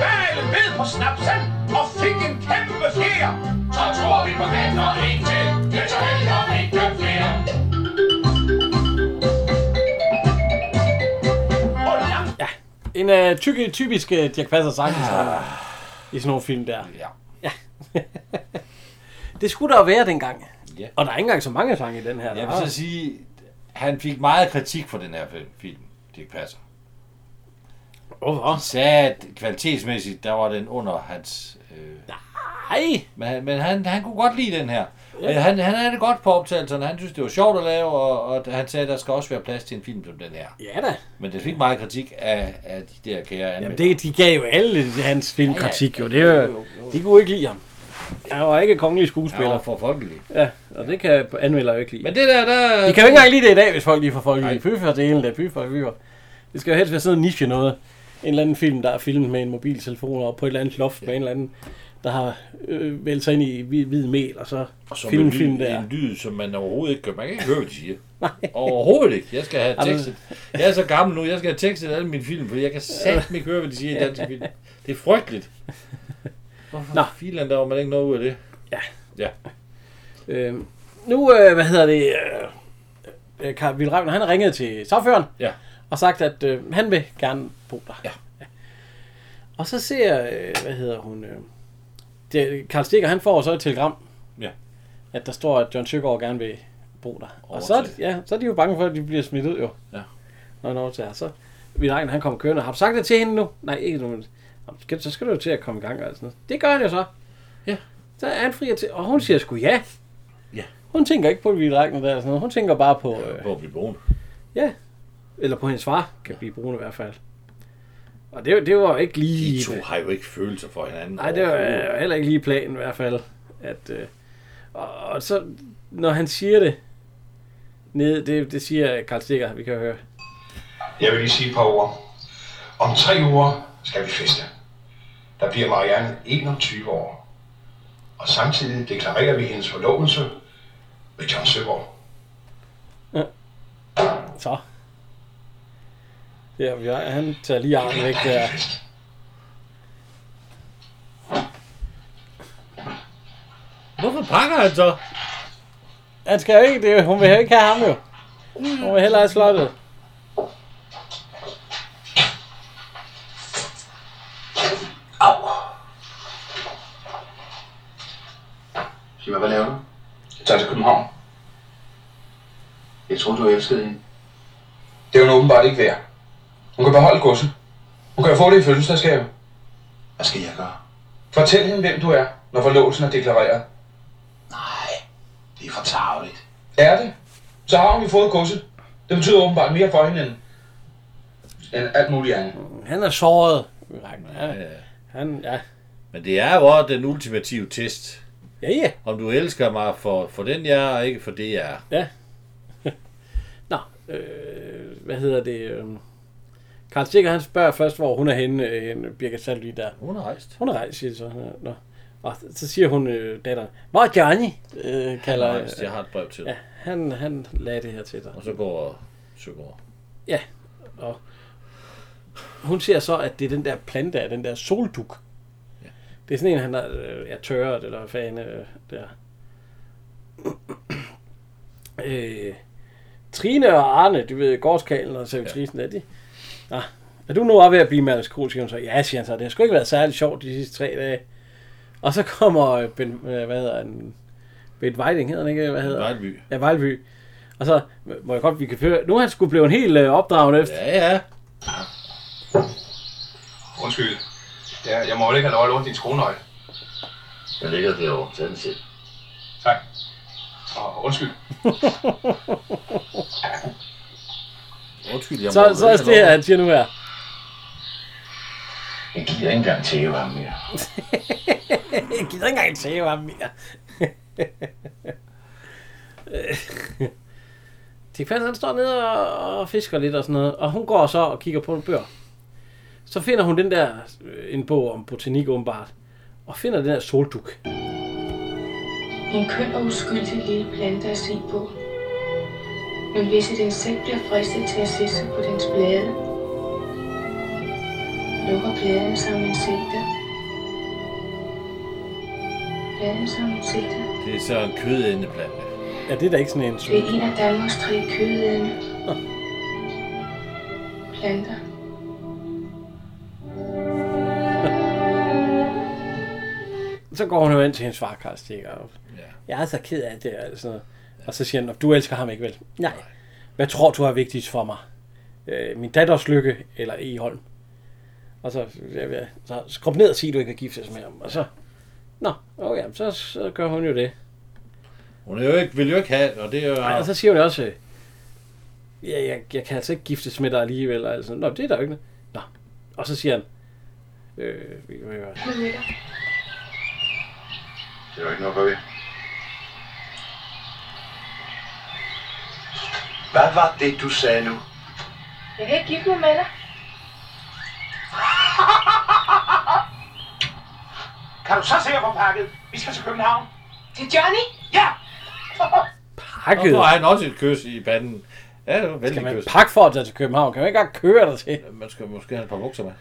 [SPEAKER 13] Valen ved på snapsen og fik en kæmpe fjer. Så tror vi på den og en til, det tør heller ikke flere.
[SPEAKER 2] En øh, tyk, typisk øh, Dirk Passer sagtens ah. i sådan nogle film der. Ja. ja. det skulle der jo være dengang.
[SPEAKER 3] Ja.
[SPEAKER 2] Og der er ikke engang så mange sange i den her.
[SPEAKER 3] Jeg
[SPEAKER 2] der er-
[SPEAKER 3] vil så sige, han fik meget kritik for den her fi- film, Dirk Passer.
[SPEAKER 2] Hvorfor?
[SPEAKER 3] Han sagde, at kvalitetsmæssigt, der var den under hans... Øh...
[SPEAKER 2] Nej!
[SPEAKER 3] Men, han- men han, han kunne godt lide den her.
[SPEAKER 2] Ja.
[SPEAKER 3] Ja. Han, han havde det godt på optagelserne. Han synes, det var sjovt at lave, og, og han sagde, at der skal også være plads til en film som den her.
[SPEAKER 2] Ja da.
[SPEAKER 3] Men det fik meget kritik af, af de der kære
[SPEAKER 2] Jamen
[SPEAKER 3] anmeldere.
[SPEAKER 2] det, de gav jo alle hans filmkritik, jo. Det, er
[SPEAKER 3] Jo,
[SPEAKER 2] jo, de kunne ikke lide ham. Han var ikke kongelig skuespiller.
[SPEAKER 3] Han var for folkelig.
[SPEAKER 2] Ja, og det kan anmelder jo ikke lide.
[SPEAKER 3] Men det der, der...
[SPEAKER 2] De kan jo ikke engang lide det i dag, hvis folk lige får folk i pyfer det ene, der pyfer pyfer. Det skal jo helst være sådan noget niche noget. En eller anden film, der er filmet med en mobiltelefon og på et eller andet loft med en eller anden, der har øh, vælt sig ind i hvid, hvid mel, og så,
[SPEAKER 3] Og
[SPEAKER 2] så
[SPEAKER 3] som
[SPEAKER 2] film,
[SPEAKER 3] en, lyd,
[SPEAKER 2] film der.
[SPEAKER 3] en lyd, som man overhovedet ikke kan. Man kan ikke høre, hvad de
[SPEAKER 2] [laughs]
[SPEAKER 3] siger. Overhovedet ikke. Jeg skal have
[SPEAKER 2] Altså-
[SPEAKER 3] tekstet. Jeg er så gammel nu, jeg skal have tekstet alle mine film, fordi jeg kan satme ikke høre, hvad de siger i danske film. Det er frygteligt. Hvorfor Nå. filen, der var man ikke noget ud af det?
[SPEAKER 2] Ja.
[SPEAKER 3] Ja.
[SPEAKER 2] Øh, nu, øh, hvad hedder det, øh, øh, Karl Ville Ravn, han ringede til sagføreren
[SPEAKER 3] ja.
[SPEAKER 2] og sagt, at øh, han vil gerne bo der. Ja. Og så ser, øh, hvad hedder hun, øh, det, Karl Stikker, han får så et telegram,
[SPEAKER 3] Ja.
[SPEAKER 2] at der står, at John Søgaard gerne vil bo der. Og så, er de- ja, så er de jo bange for, at de bliver smidt ud, jo.
[SPEAKER 3] Ja.
[SPEAKER 2] Når han overtager. Så min egen, han kommer kørende. Har du sagt det til hende nu? Nej, ikke nu. men- "Nå, skal- Så skal du jo til at komme i gang. Og sådan noget. Det gør han jo så.
[SPEAKER 3] Ja.
[SPEAKER 2] Så er han frier til. Og hun siger sgu ja.
[SPEAKER 3] Ja.
[SPEAKER 2] Hun tænker ikke på at blive drengene der. og Sådan noget. Hun tænker bare på... Øh,
[SPEAKER 3] på at blive boende.
[SPEAKER 2] Ja. Eller på hendes far kan blive boende i hvert fald. Og det, det var jo ikke lige...
[SPEAKER 3] De to har jo ikke følelser for hinanden.
[SPEAKER 2] Nej, det var
[SPEAKER 3] overhovedet.
[SPEAKER 2] øh, heller ikke lige planen i hvert fald. At, øh, og, og så, når han siger det, ned, det, det siger Karl Stikker, vi kan høre.
[SPEAKER 5] Jeg vil lige sige et par ord. Om tre uger skal vi feste. Der bliver Marianne 21 år. Og samtidig deklarerer vi hendes forlovelse med John Søgaard.
[SPEAKER 2] Så. Ja, vi er, han tager lige armen væk der.
[SPEAKER 3] Hvorfor pakker han så?
[SPEAKER 2] Han skal jo ikke, det, hun vil jo ikke have ham jo. Hun vil hellere have slottet.
[SPEAKER 7] Sig mig, hvad laver du? Jeg tager til København. Jeg troede, du elskede hende.
[SPEAKER 5] Det er hun åbenbart ikke værd. Hun kan beholde godset. Hun kan jo få det i fødselsdagsgave.
[SPEAKER 7] Hvad skal jeg gøre?
[SPEAKER 5] Fortæl hende, hvem du er, når forlovelsen er deklareret.
[SPEAKER 7] Det er for tarveligt.
[SPEAKER 5] Er det? Så har hun jo fået godset. Det betyder åbenbart mere for hende end, end alt muligt andet.
[SPEAKER 2] Han er såret. Ja. Han, ja.
[SPEAKER 3] Men det er jo også den ultimative test.
[SPEAKER 2] Ja, ja.
[SPEAKER 3] Om du elsker mig for, for den jeg er, og ikke for det jeg er.
[SPEAKER 2] Ja. Nå, øh, hvad hedder det? Øh, Karl Stikker, han spørger først, hvor hun er henne, øh, hende, Birgit Salvi der.
[SPEAKER 3] Hun er rejst.
[SPEAKER 2] Hun er rejst, siger de så. Ja, Nå. Og så siger hun øh, datteren, hvor er Johnny? Øh, kalder,
[SPEAKER 3] Han er rejst. Jeg har et brev til dig.
[SPEAKER 2] Ja, han, han lagde det her til dig.
[SPEAKER 3] Og så går Søgaard.
[SPEAKER 2] Ja, og hun ser så, at det er den der plante af den der solduk. Det er sådan en, han har, øh, er tørret, eller hvad fanden øh, der. øh, Trine og Arne, du ved, gårdskalen og servitrisen, ja. er de? Nå, er du nu også ved at blive malskro, siger hun så. Ja, siger han så, det har sgu ikke været særlig sjovt de sidste tre dage. Og så kommer øh, ben, øh, hvad hedder han? Bent Weiding hedder han ikke, hvad hedder han?
[SPEAKER 3] Vejlby.
[SPEAKER 2] Ja, Vejlby. Og så må jeg godt, vi kan føre. Nu er han skulle blive en helt øh, opdragende efter.
[SPEAKER 3] Ja, ja.
[SPEAKER 7] Undskyld. Ja, jeg må vel ikke have lov at låne din skruenøgle.
[SPEAKER 14] Den ligger derovre. Tag den selv.
[SPEAKER 7] Tak. Og undskyld.
[SPEAKER 3] Undskyld,
[SPEAKER 2] Så, så er det her, han siger nu her.
[SPEAKER 14] Jeg gider ikke engang tæve ham mere.
[SPEAKER 2] jeg gider ikke engang tæve ham mere. Dirk Passer, han står nede og, og fisker lidt og sådan noget, og hun går så og kigger på en bør. Så finder hun den der, øh, en bog om botanik åbenbart, og finder den der solduk.
[SPEAKER 10] En køn og uskyldig lille plante at se på. Men hvis et insekt bliver fristet til at sætte sig på dens blade, lukker bladene sig om insekter. Bladene sig om insekter.
[SPEAKER 3] Det er så en kødædende plante.
[SPEAKER 2] Ja, det er da ikke sådan en
[SPEAKER 10] Det er en af Danmarks tre kødædende planter.
[SPEAKER 2] Så går hun jo ind til hendes far, Karl Stikker, og jeg er så ked af det, og sådan noget. Og så siger han, du elsker ham ikke vel? Nej. Hvad tror du er vigtigst for mig? Øh, min datters lykke eller Eholm? Og så, ja, ja, så skrub ned og sig, du ikke vil giftes med ham. Og så, nå, oh ja, så, så gør hun jo det.
[SPEAKER 3] Hun er jo ikke, vil jo ikke have, og det er jo...
[SPEAKER 2] Nej, og så siger hun også, øh, ja, jeg, jeg kan altså ikke giftes med dig alligevel. og Altså, Nå, det er der jo ikke noget. Nå. Og så siger han, øh, vi kan høre.
[SPEAKER 15] Det er jo ikke noget for ved.
[SPEAKER 16] Hvad var det, du sagde nu?
[SPEAKER 10] Jeg kan ikke gifte mig med dig.
[SPEAKER 17] Kan du så se at få pakket? Vi skal til København.
[SPEAKER 10] Det er Johnny?
[SPEAKER 17] Ja!
[SPEAKER 2] Pakket.
[SPEAKER 3] Og får han også et kys i panden. Ja, det var
[SPEAKER 2] Skal
[SPEAKER 3] vældig
[SPEAKER 2] man
[SPEAKER 3] kys.
[SPEAKER 2] pakke for at tage til København? Kan man ikke engang køre dig til?
[SPEAKER 3] Man skal måske have et par bukser med.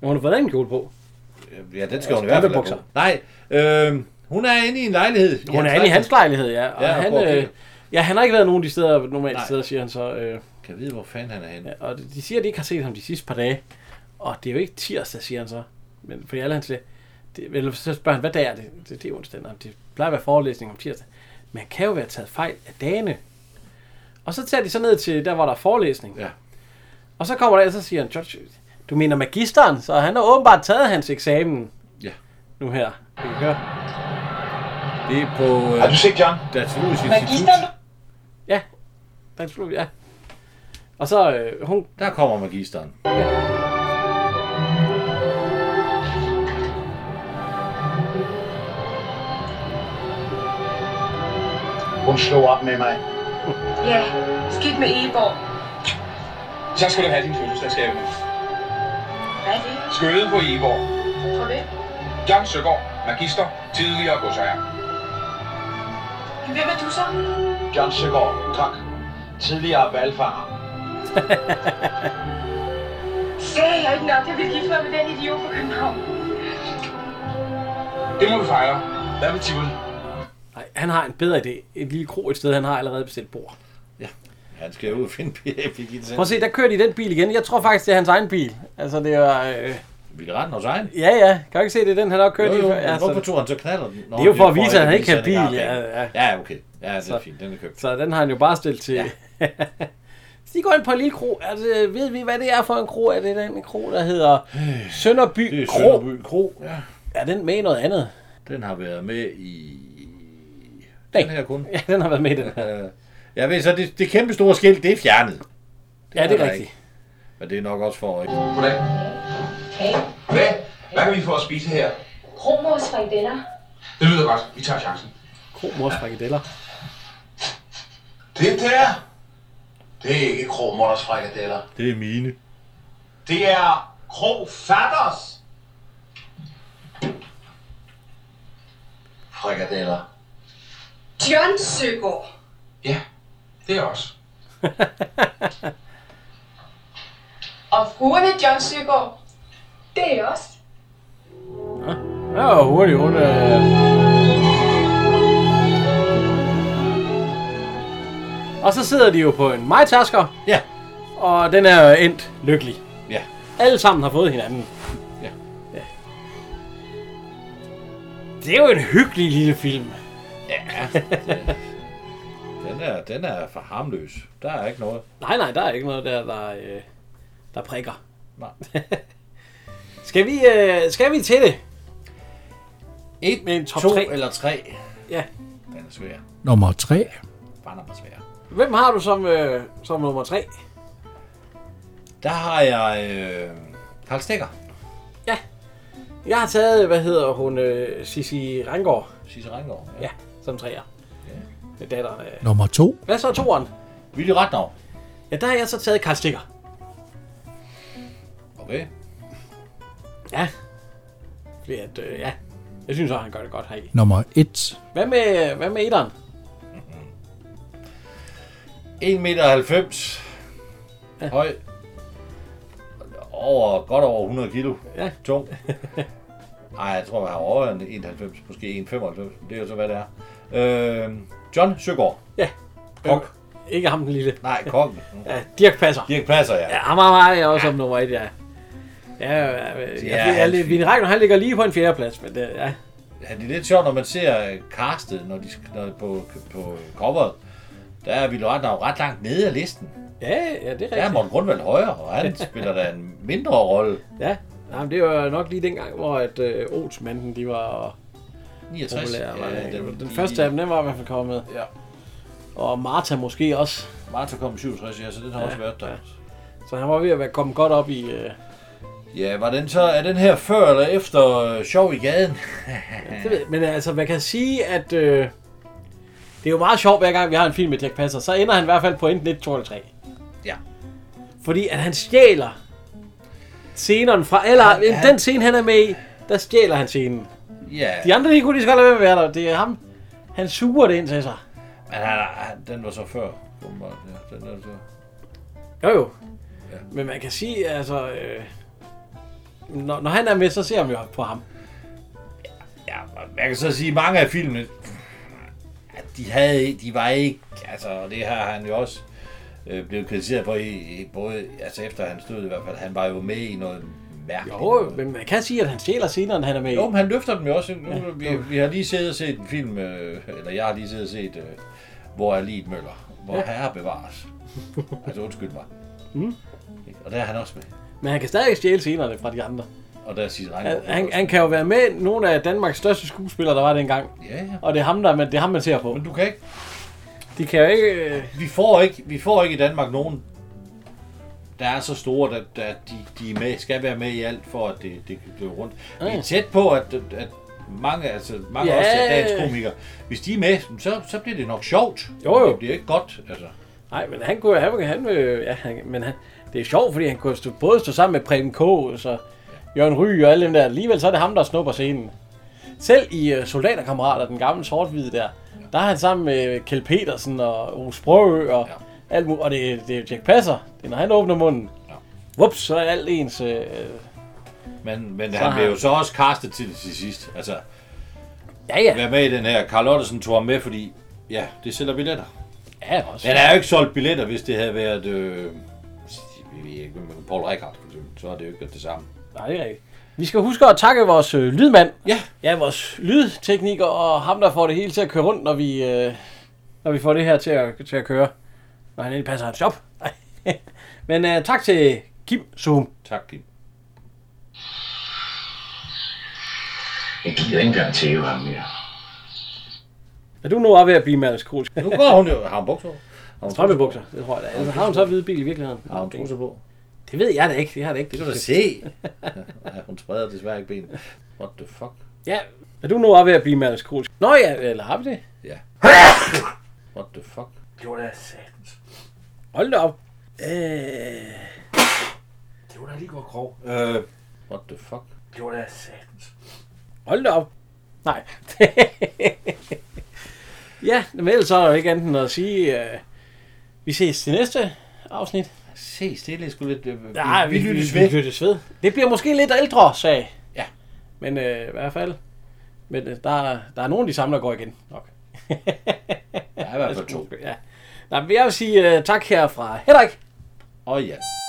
[SPEAKER 2] Men hun har fået en kjole på.
[SPEAKER 3] Ja, den skal
[SPEAKER 2] Og
[SPEAKER 3] hun i hvert fald have
[SPEAKER 2] strømpebukser.
[SPEAKER 3] på. Nej, øh, hun er inde i en lejlighed. i
[SPEAKER 2] Hun er inde i hans lejlighed, ja. Og
[SPEAKER 3] Ja,
[SPEAKER 2] ja,
[SPEAKER 3] og bor
[SPEAKER 2] han, øh,
[SPEAKER 3] alene.
[SPEAKER 2] ja, han har ikke været nogen af de steder, normalt
[SPEAKER 3] Nej.
[SPEAKER 2] steder, siger han så. Øh,
[SPEAKER 3] Kan vide, hvor fanden han er henne.
[SPEAKER 2] ja, og de siger, at de ikke har set ham de sidste par dage. Og det er jo ikke tirsdag, siger han så. Men fordi alle han siger, det, eller så spørger han, hvad dag er det? Det, det er onsdag. Nå, det plejer at være forelæsning om tirsdag. Men han kan jo være taget fejl af dagene. Og så tager de så ned til der, hvor der er forelæsning.
[SPEAKER 3] Ja.
[SPEAKER 2] Og så kommer der, og så siger han, George, du mener magisteren? Så han har åbenbart taget hans eksamen.
[SPEAKER 3] Ja.
[SPEAKER 2] Nu her. Vi kan høre.
[SPEAKER 3] Det er på... Øh,
[SPEAKER 2] Har du
[SPEAKER 3] set John? Datologisk Institut.
[SPEAKER 2] Ja. Dansk ja. Og så øh, hun... [laughs]
[SPEAKER 3] Der kommer magisteren.
[SPEAKER 15] Hun slog op med mig.
[SPEAKER 10] Ja, skidt med Eborg.
[SPEAKER 7] Så skal du have din fødselsdagsgave.
[SPEAKER 10] Hvad er det?
[SPEAKER 7] Skøde på Eborg.
[SPEAKER 10] Fra hvem?
[SPEAKER 7] John Søgaard, magister, tidligere godsejer.
[SPEAKER 10] Hvem er du så?
[SPEAKER 7] John Søgaard, kok. Tidligere valgfarer.
[SPEAKER 10] Sagde jeg ikke nok, jeg ville gifte mig med den idiot fra København.
[SPEAKER 7] Det må vi fejre. Hvad med Tivoli?
[SPEAKER 2] Nej, han har en bedre idé. Et lille kro et sted, han har allerede bestilt bord.
[SPEAKER 3] Han skal ud og finde Birgitte
[SPEAKER 2] Prøv at se, der kører de i den bil igen. Jeg tror faktisk, det er hans egen bil. Altså, det er... Øh...
[SPEAKER 3] Vi kan rette hos egen.
[SPEAKER 2] Ja, ja. Kan du ikke se, det er den, han har kørt
[SPEAKER 3] Jo, jo,
[SPEAKER 2] i før?
[SPEAKER 3] men
[SPEAKER 2] Ja,
[SPEAKER 3] hvorfor tog han så knaller den?
[SPEAKER 2] altså- Det er jo for at vise, at han ikke
[SPEAKER 3] kan
[SPEAKER 2] kan bil. Ja, ja.
[SPEAKER 3] ja, okay. Ja, det er
[SPEAKER 2] Så-
[SPEAKER 3] fint. Den er købt.
[SPEAKER 2] Så den har han jo bare stillet til... Ja. [laughs] Hvis de går ind på en lille kro, altså, ved vi, hvad det er for en kro? Er det den kro, der hedder Sønderby
[SPEAKER 3] Det er
[SPEAKER 2] Kro?
[SPEAKER 3] Sønderby Kro, ja.
[SPEAKER 2] Er den med i noget andet? [laughs]
[SPEAKER 3] Den har været med i...
[SPEAKER 2] Nej.
[SPEAKER 3] Den her kun.
[SPEAKER 2] Ja, den har været med i den
[SPEAKER 3] her. Jeg ved så, det, det kæmpe store skilt, det er fjernet.
[SPEAKER 2] Ja, det er
[SPEAKER 3] der
[SPEAKER 2] rigtigt.
[SPEAKER 3] ikke. Men det er nok også for...
[SPEAKER 7] Goddag. Hvad? Hvad kan vi få at spise her?
[SPEAKER 4] Kromors frikadeller.
[SPEAKER 7] Det lyder godt. Vi tager chancen.
[SPEAKER 2] Kromors [laughs] frikadeller.
[SPEAKER 18] Det der, det er ikke kromotters frikadeller.
[SPEAKER 3] Det er mine.
[SPEAKER 17] Det er Krofatters.
[SPEAKER 18] Frikadeller.
[SPEAKER 4] John Søgaard.
[SPEAKER 7] Det er os.
[SPEAKER 4] Og fruerne John Søgaard, det er os.
[SPEAKER 2] Ja, og hurtigt, hun øh... Og så sidder de jo på en majtasker.
[SPEAKER 3] Ja.
[SPEAKER 2] Og den er endt lykkelig.
[SPEAKER 3] Ja.
[SPEAKER 2] Alle sammen har fået hinanden.
[SPEAKER 3] Ja.
[SPEAKER 2] ja. Det er jo en hyggelig lille film.
[SPEAKER 3] Ja. Den er, den er for harmløs. Der er ikke noget.
[SPEAKER 2] nej, nej, der er ikke noget der, der, øh, der prikker. Nej. skal, vi, øh, skal vi til det?
[SPEAKER 3] Et
[SPEAKER 2] med en top
[SPEAKER 3] to
[SPEAKER 2] 3.
[SPEAKER 3] eller tre.
[SPEAKER 2] Ja.
[SPEAKER 3] Den er svær.
[SPEAKER 1] Nummer 3.
[SPEAKER 3] Bare er svær.
[SPEAKER 2] Hvem har du som, øh, som nummer 3?
[SPEAKER 3] Der har jeg... Øh, Karl Stikker.
[SPEAKER 2] Jeg har taget, hvad hedder hun, øh, Sissi Ranggaard.
[SPEAKER 3] Sissi Ranggaard,
[SPEAKER 2] ja. ja. som træer. Ja. Datteren øh. af...
[SPEAKER 1] Nummer 2.
[SPEAKER 2] Hvad så er toeren?
[SPEAKER 3] Willy Ratnov.
[SPEAKER 2] Ja, der har jeg så taget Karl Stikker.
[SPEAKER 3] Okay.
[SPEAKER 2] Ja. Fordi at, øh, ja. Jeg synes også, han gør det godt heri.
[SPEAKER 1] Nummer 1.
[SPEAKER 2] Hvad med, hvad med etteren?
[SPEAKER 3] 1,90 meter ja. høj. Over, godt over 100 kilo.
[SPEAKER 2] Ja.
[SPEAKER 3] Tung. [laughs] Ej, jeg tror, jeg har over en 91, måske 1,95. men Det er jo så, hvad det er. Øh, John Søgaard.
[SPEAKER 2] Ja.
[SPEAKER 3] Kok.
[SPEAKER 2] Ikke ham den lille.
[SPEAKER 3] Nej, kokken.
[SPEAKER 2] Ja, Dirk Passer.
[SPEAKER 3] Dirk Passer, ja.
[SPEAKER 2] Ja, ham har jeg også ja. som nummer et, ja. Ja, ja, ja, ja,
[SPEAKER 3] han-
[SPEAKER 2] ja Vine Ragnar, han ligger lige på en fjerdeplads, men det, ja.
[SPEAKER 3] Ja, det er lidt sjovt, når man ser øh, castet når de, sk- når, på, på coveret. Der er Ville Ratnau ret langt nede af listen.
[SPEAKER 2] Ja, ja, det er rigtigt.
[SPEAKER 3] Der er Morten Grundvald højere, og han spiller da en mindre rolle.
[SPEAKER 2] Ja, Jamen, det var nok lige dengang, hvor at øh, Olsmanden, de var
[SPEAKER 3] 69.
[SPEAKER 2] populære. Var
[SPEAKER 3] Ja,
[SPEAKER 2] det,
[SPEAKER 3] den-
[SPEAKER 2] den, den
[SPEAKER 3] de-
[SPEAKER 2] første af dem, den var i hvert fald kommet.
[SPEAKER 3] Ja.
[SPEAKER 2] Og Martha måske også.
[SPEAKER 3] Martha kom i 67, ja, så den har også været der.
[SPEAKER 2] Så han var ved at være kommet godt op i... Øh,
[SPEAKER 3] Ja, var den så, er den her før eller efter øh, Sjov i gaden? [laughs]
[SPEAKER 2] det ved, jeg- men altså, man kan sige, at... Øh, det er jo meget sjovt, hver gang vi har en film med Jack Passer, så ender han i hvert fald på enten 1, 2 eller 3.
[SPEAKER 3] Ja.
[SPEAKER 2] Fordi at han stjæler scenerne fra... Eller
[SPEAKER 3] Han-
[SPEAKER 2] han,
[SPEAKER 3] han-
[SPEAKER 2] den scene, han er med i, der stjæler han scenen.
[SPEAKER 3] Ja,
[SPEAKER 2] De andre, de kunne lige så godt lade være med at være der. Det er ham. Han suger det ind til sig.
[SPEAKER 3] men han, han, den var så før. åbenbart, Ja, den er så.
[SPEAKER 2] Jo jo.
[SPEAKER 3] Ja.
[SPEAKER 2] Men man kan sige, altså... Øh, når, når han er med, så ser man jo på ham.
[SPEAKER 3] Ja, og man kan så sige, at mange af filmene, at de, havde, de var ikke, altså og det har han jo også øh, blevet kritiseret for, i, i, både, altså efter han stod i hvert fald, han var jo med i noget mærkeligt.
[SPEAKER 2] Jo, men man kan sige, at han stjæler scenerne, han er med i.
[SPEAKER 3] Jo, men han løfter dem jo også. Nu, vi, vi har lige siddet og set en film, øh, eller jeg har lige siddet og set, øh, hvor er Liet Møller, hvor
[SPEAKER 2] Ja.
[SPEAKER 3] ja.
[SPEAKER 2] [laughs]
[SPEAKER 3] herre bevares. Altså undskyld mig.
[SPEAKER 2] Mm.
[SPEAKER 3] Ikke? Og der er han også med.
[SPEAKER 2] Men han kan stadig stjæle scenerne fra de andre.
[SPEAKER 3] Og der er Sisse
[SPEAKER 2] Han,
[SPEAKER 3] Reingaard.
[SPEAKER 2] han, han kan jo være med nogle af Danmarks største skuespillere, der var dengang.
[SPEAKER 3] Ja, ja.
[SPEAKER 2] Og det er ham, der, men det er ham man ser på. Men
[SPEAKER 3] du kan ikke.
[SPEAKER 2] De kan jo ikke... Øh...
[SPEAKER 3] Vi får ikke, vi får ikke i Danmark nogen, der er så store, at, at de, de er med, skal være med i alt, for at det, det kan blive rundt. Vi
[SPEAKER 2] Ja.
[SPEAKER 3] er tæt på, at, at- at mange, altså mange
[SPEAKER 2] Ja.
[SPEAKER 3] også danske komikere, hvis de er med, så, så bliver det nok sjovt.
[SPEAKER 2] Jo, jo.
[SPEAKER 3] Det bliver ikke godt, altså.
[SPEAKER 2] Nej, men han kunne han, han, øh, ja, han, men han, det er sjovt, fordi han kunne stå, både stå sammen med Preben K. og så Jørgen Ry og alle dem der. Alligevel så er det ham, der snupper scenen. Selv i øh, Soldaterkammerater, den gamle sort der, der er han sammen med Kjeld Petersen og Ove Sprogø og alt muligt. Og det, det er Jack Passer. Det er, når han åbner munden. Whoops, så er alt ens... Øh,
[SPEAKER 3] Men, men
[SPEAKER 2] Så
[SPEAKER 3] han
[SPEAKER 2] har-
[SPEAKER 3] blev jo så også castet til til sidst. Altså,
[SPEAKER 2] ja, ja.
[SPEAKER 3] Vær med i den her. Carl Ottesen tog ham med, fordi ja, det sælger billetter.
[SPEAKER 2] ja, også.
[SPEAKER 3] Men der er jo ikke solgt billetter, hvis det havde været... Øh, vi ved ikke, men Paul Rickard, for eksempel, så har det jo ikke været det samme.
[SPEAKER 2] Nej, det er rigtigt. Vi skal huske at takke vores øh, lydmand.
[SPEAKER 3] Ja.
[SPEAKER 2] Ja, vores lydtekniker og ham, der får det hele til at køre rundt, når vi, øh, når vi får det her til at, til at køre. Når han egentlig passer hans job. [laughs] Ej. Men øh, tak til Kim Zoom.
[SPEAKER 3] Tak, Kim.
[SPEAKER 19] Jeg gider ikke engang tæve
[SPEAKER 7] 啊
[SPEAKER 19] ham mere.
[SPEAKER 2] Er du nu også ved at blive melankolsk?
[SPEAKER 3] Nu går hun jo... Har hun bukser? Har hun
[SPEAKER 2] Strømpebukser, det tror jeg da. Altså, har hun så hvid bil i virkeligheden?
[SPEAKER 3] Har hun trusser på?
[SPEAKER 2] Det ved jeg da ikke. Det har jeg da ikke.
[SPEAKER 3] Det kan du da se. [laughs] ja, hun spreder desværre ikke benene. What the fuck?
[SPEAKER 2] Ja. Er du nu også ved at blive melankolsk? Nå ja, eller har vi det?
[SPEAKER 3] Ja. What the fuck?
[SPEAKER 2] Det var da satans. Hold da op. Øh...
[SPEAKER 3] Det var da lige godt grov. Øh, what the fuck?
[SPEAKER 2] Det var da satans. Hold da op. Nej. [laughs] ja, men ellers er der jo ikke andet end at sige, øh, vi ses til næste afsnit.
[SPEAKER 3] Se stille, skulle lidt... Øh,
[SPEAKER 2] Nej, vi, vi, lyttes ved. vi lyttes ved. Det bliver måske lidt ældre sag.
[SPEAKER 3] Ja.
[SPEAKER 2] Men øh, i hvert fald. Men øh, der, er- der er nogen, de samler går igen [laughs] nok.
[SPEAKER 3] Der er i hvert fald to.
[SPEAKER 2] Ja. Nej, men jeg vil sige øh, tak her fra Henrik.
[SPEAKER 3] Og ja.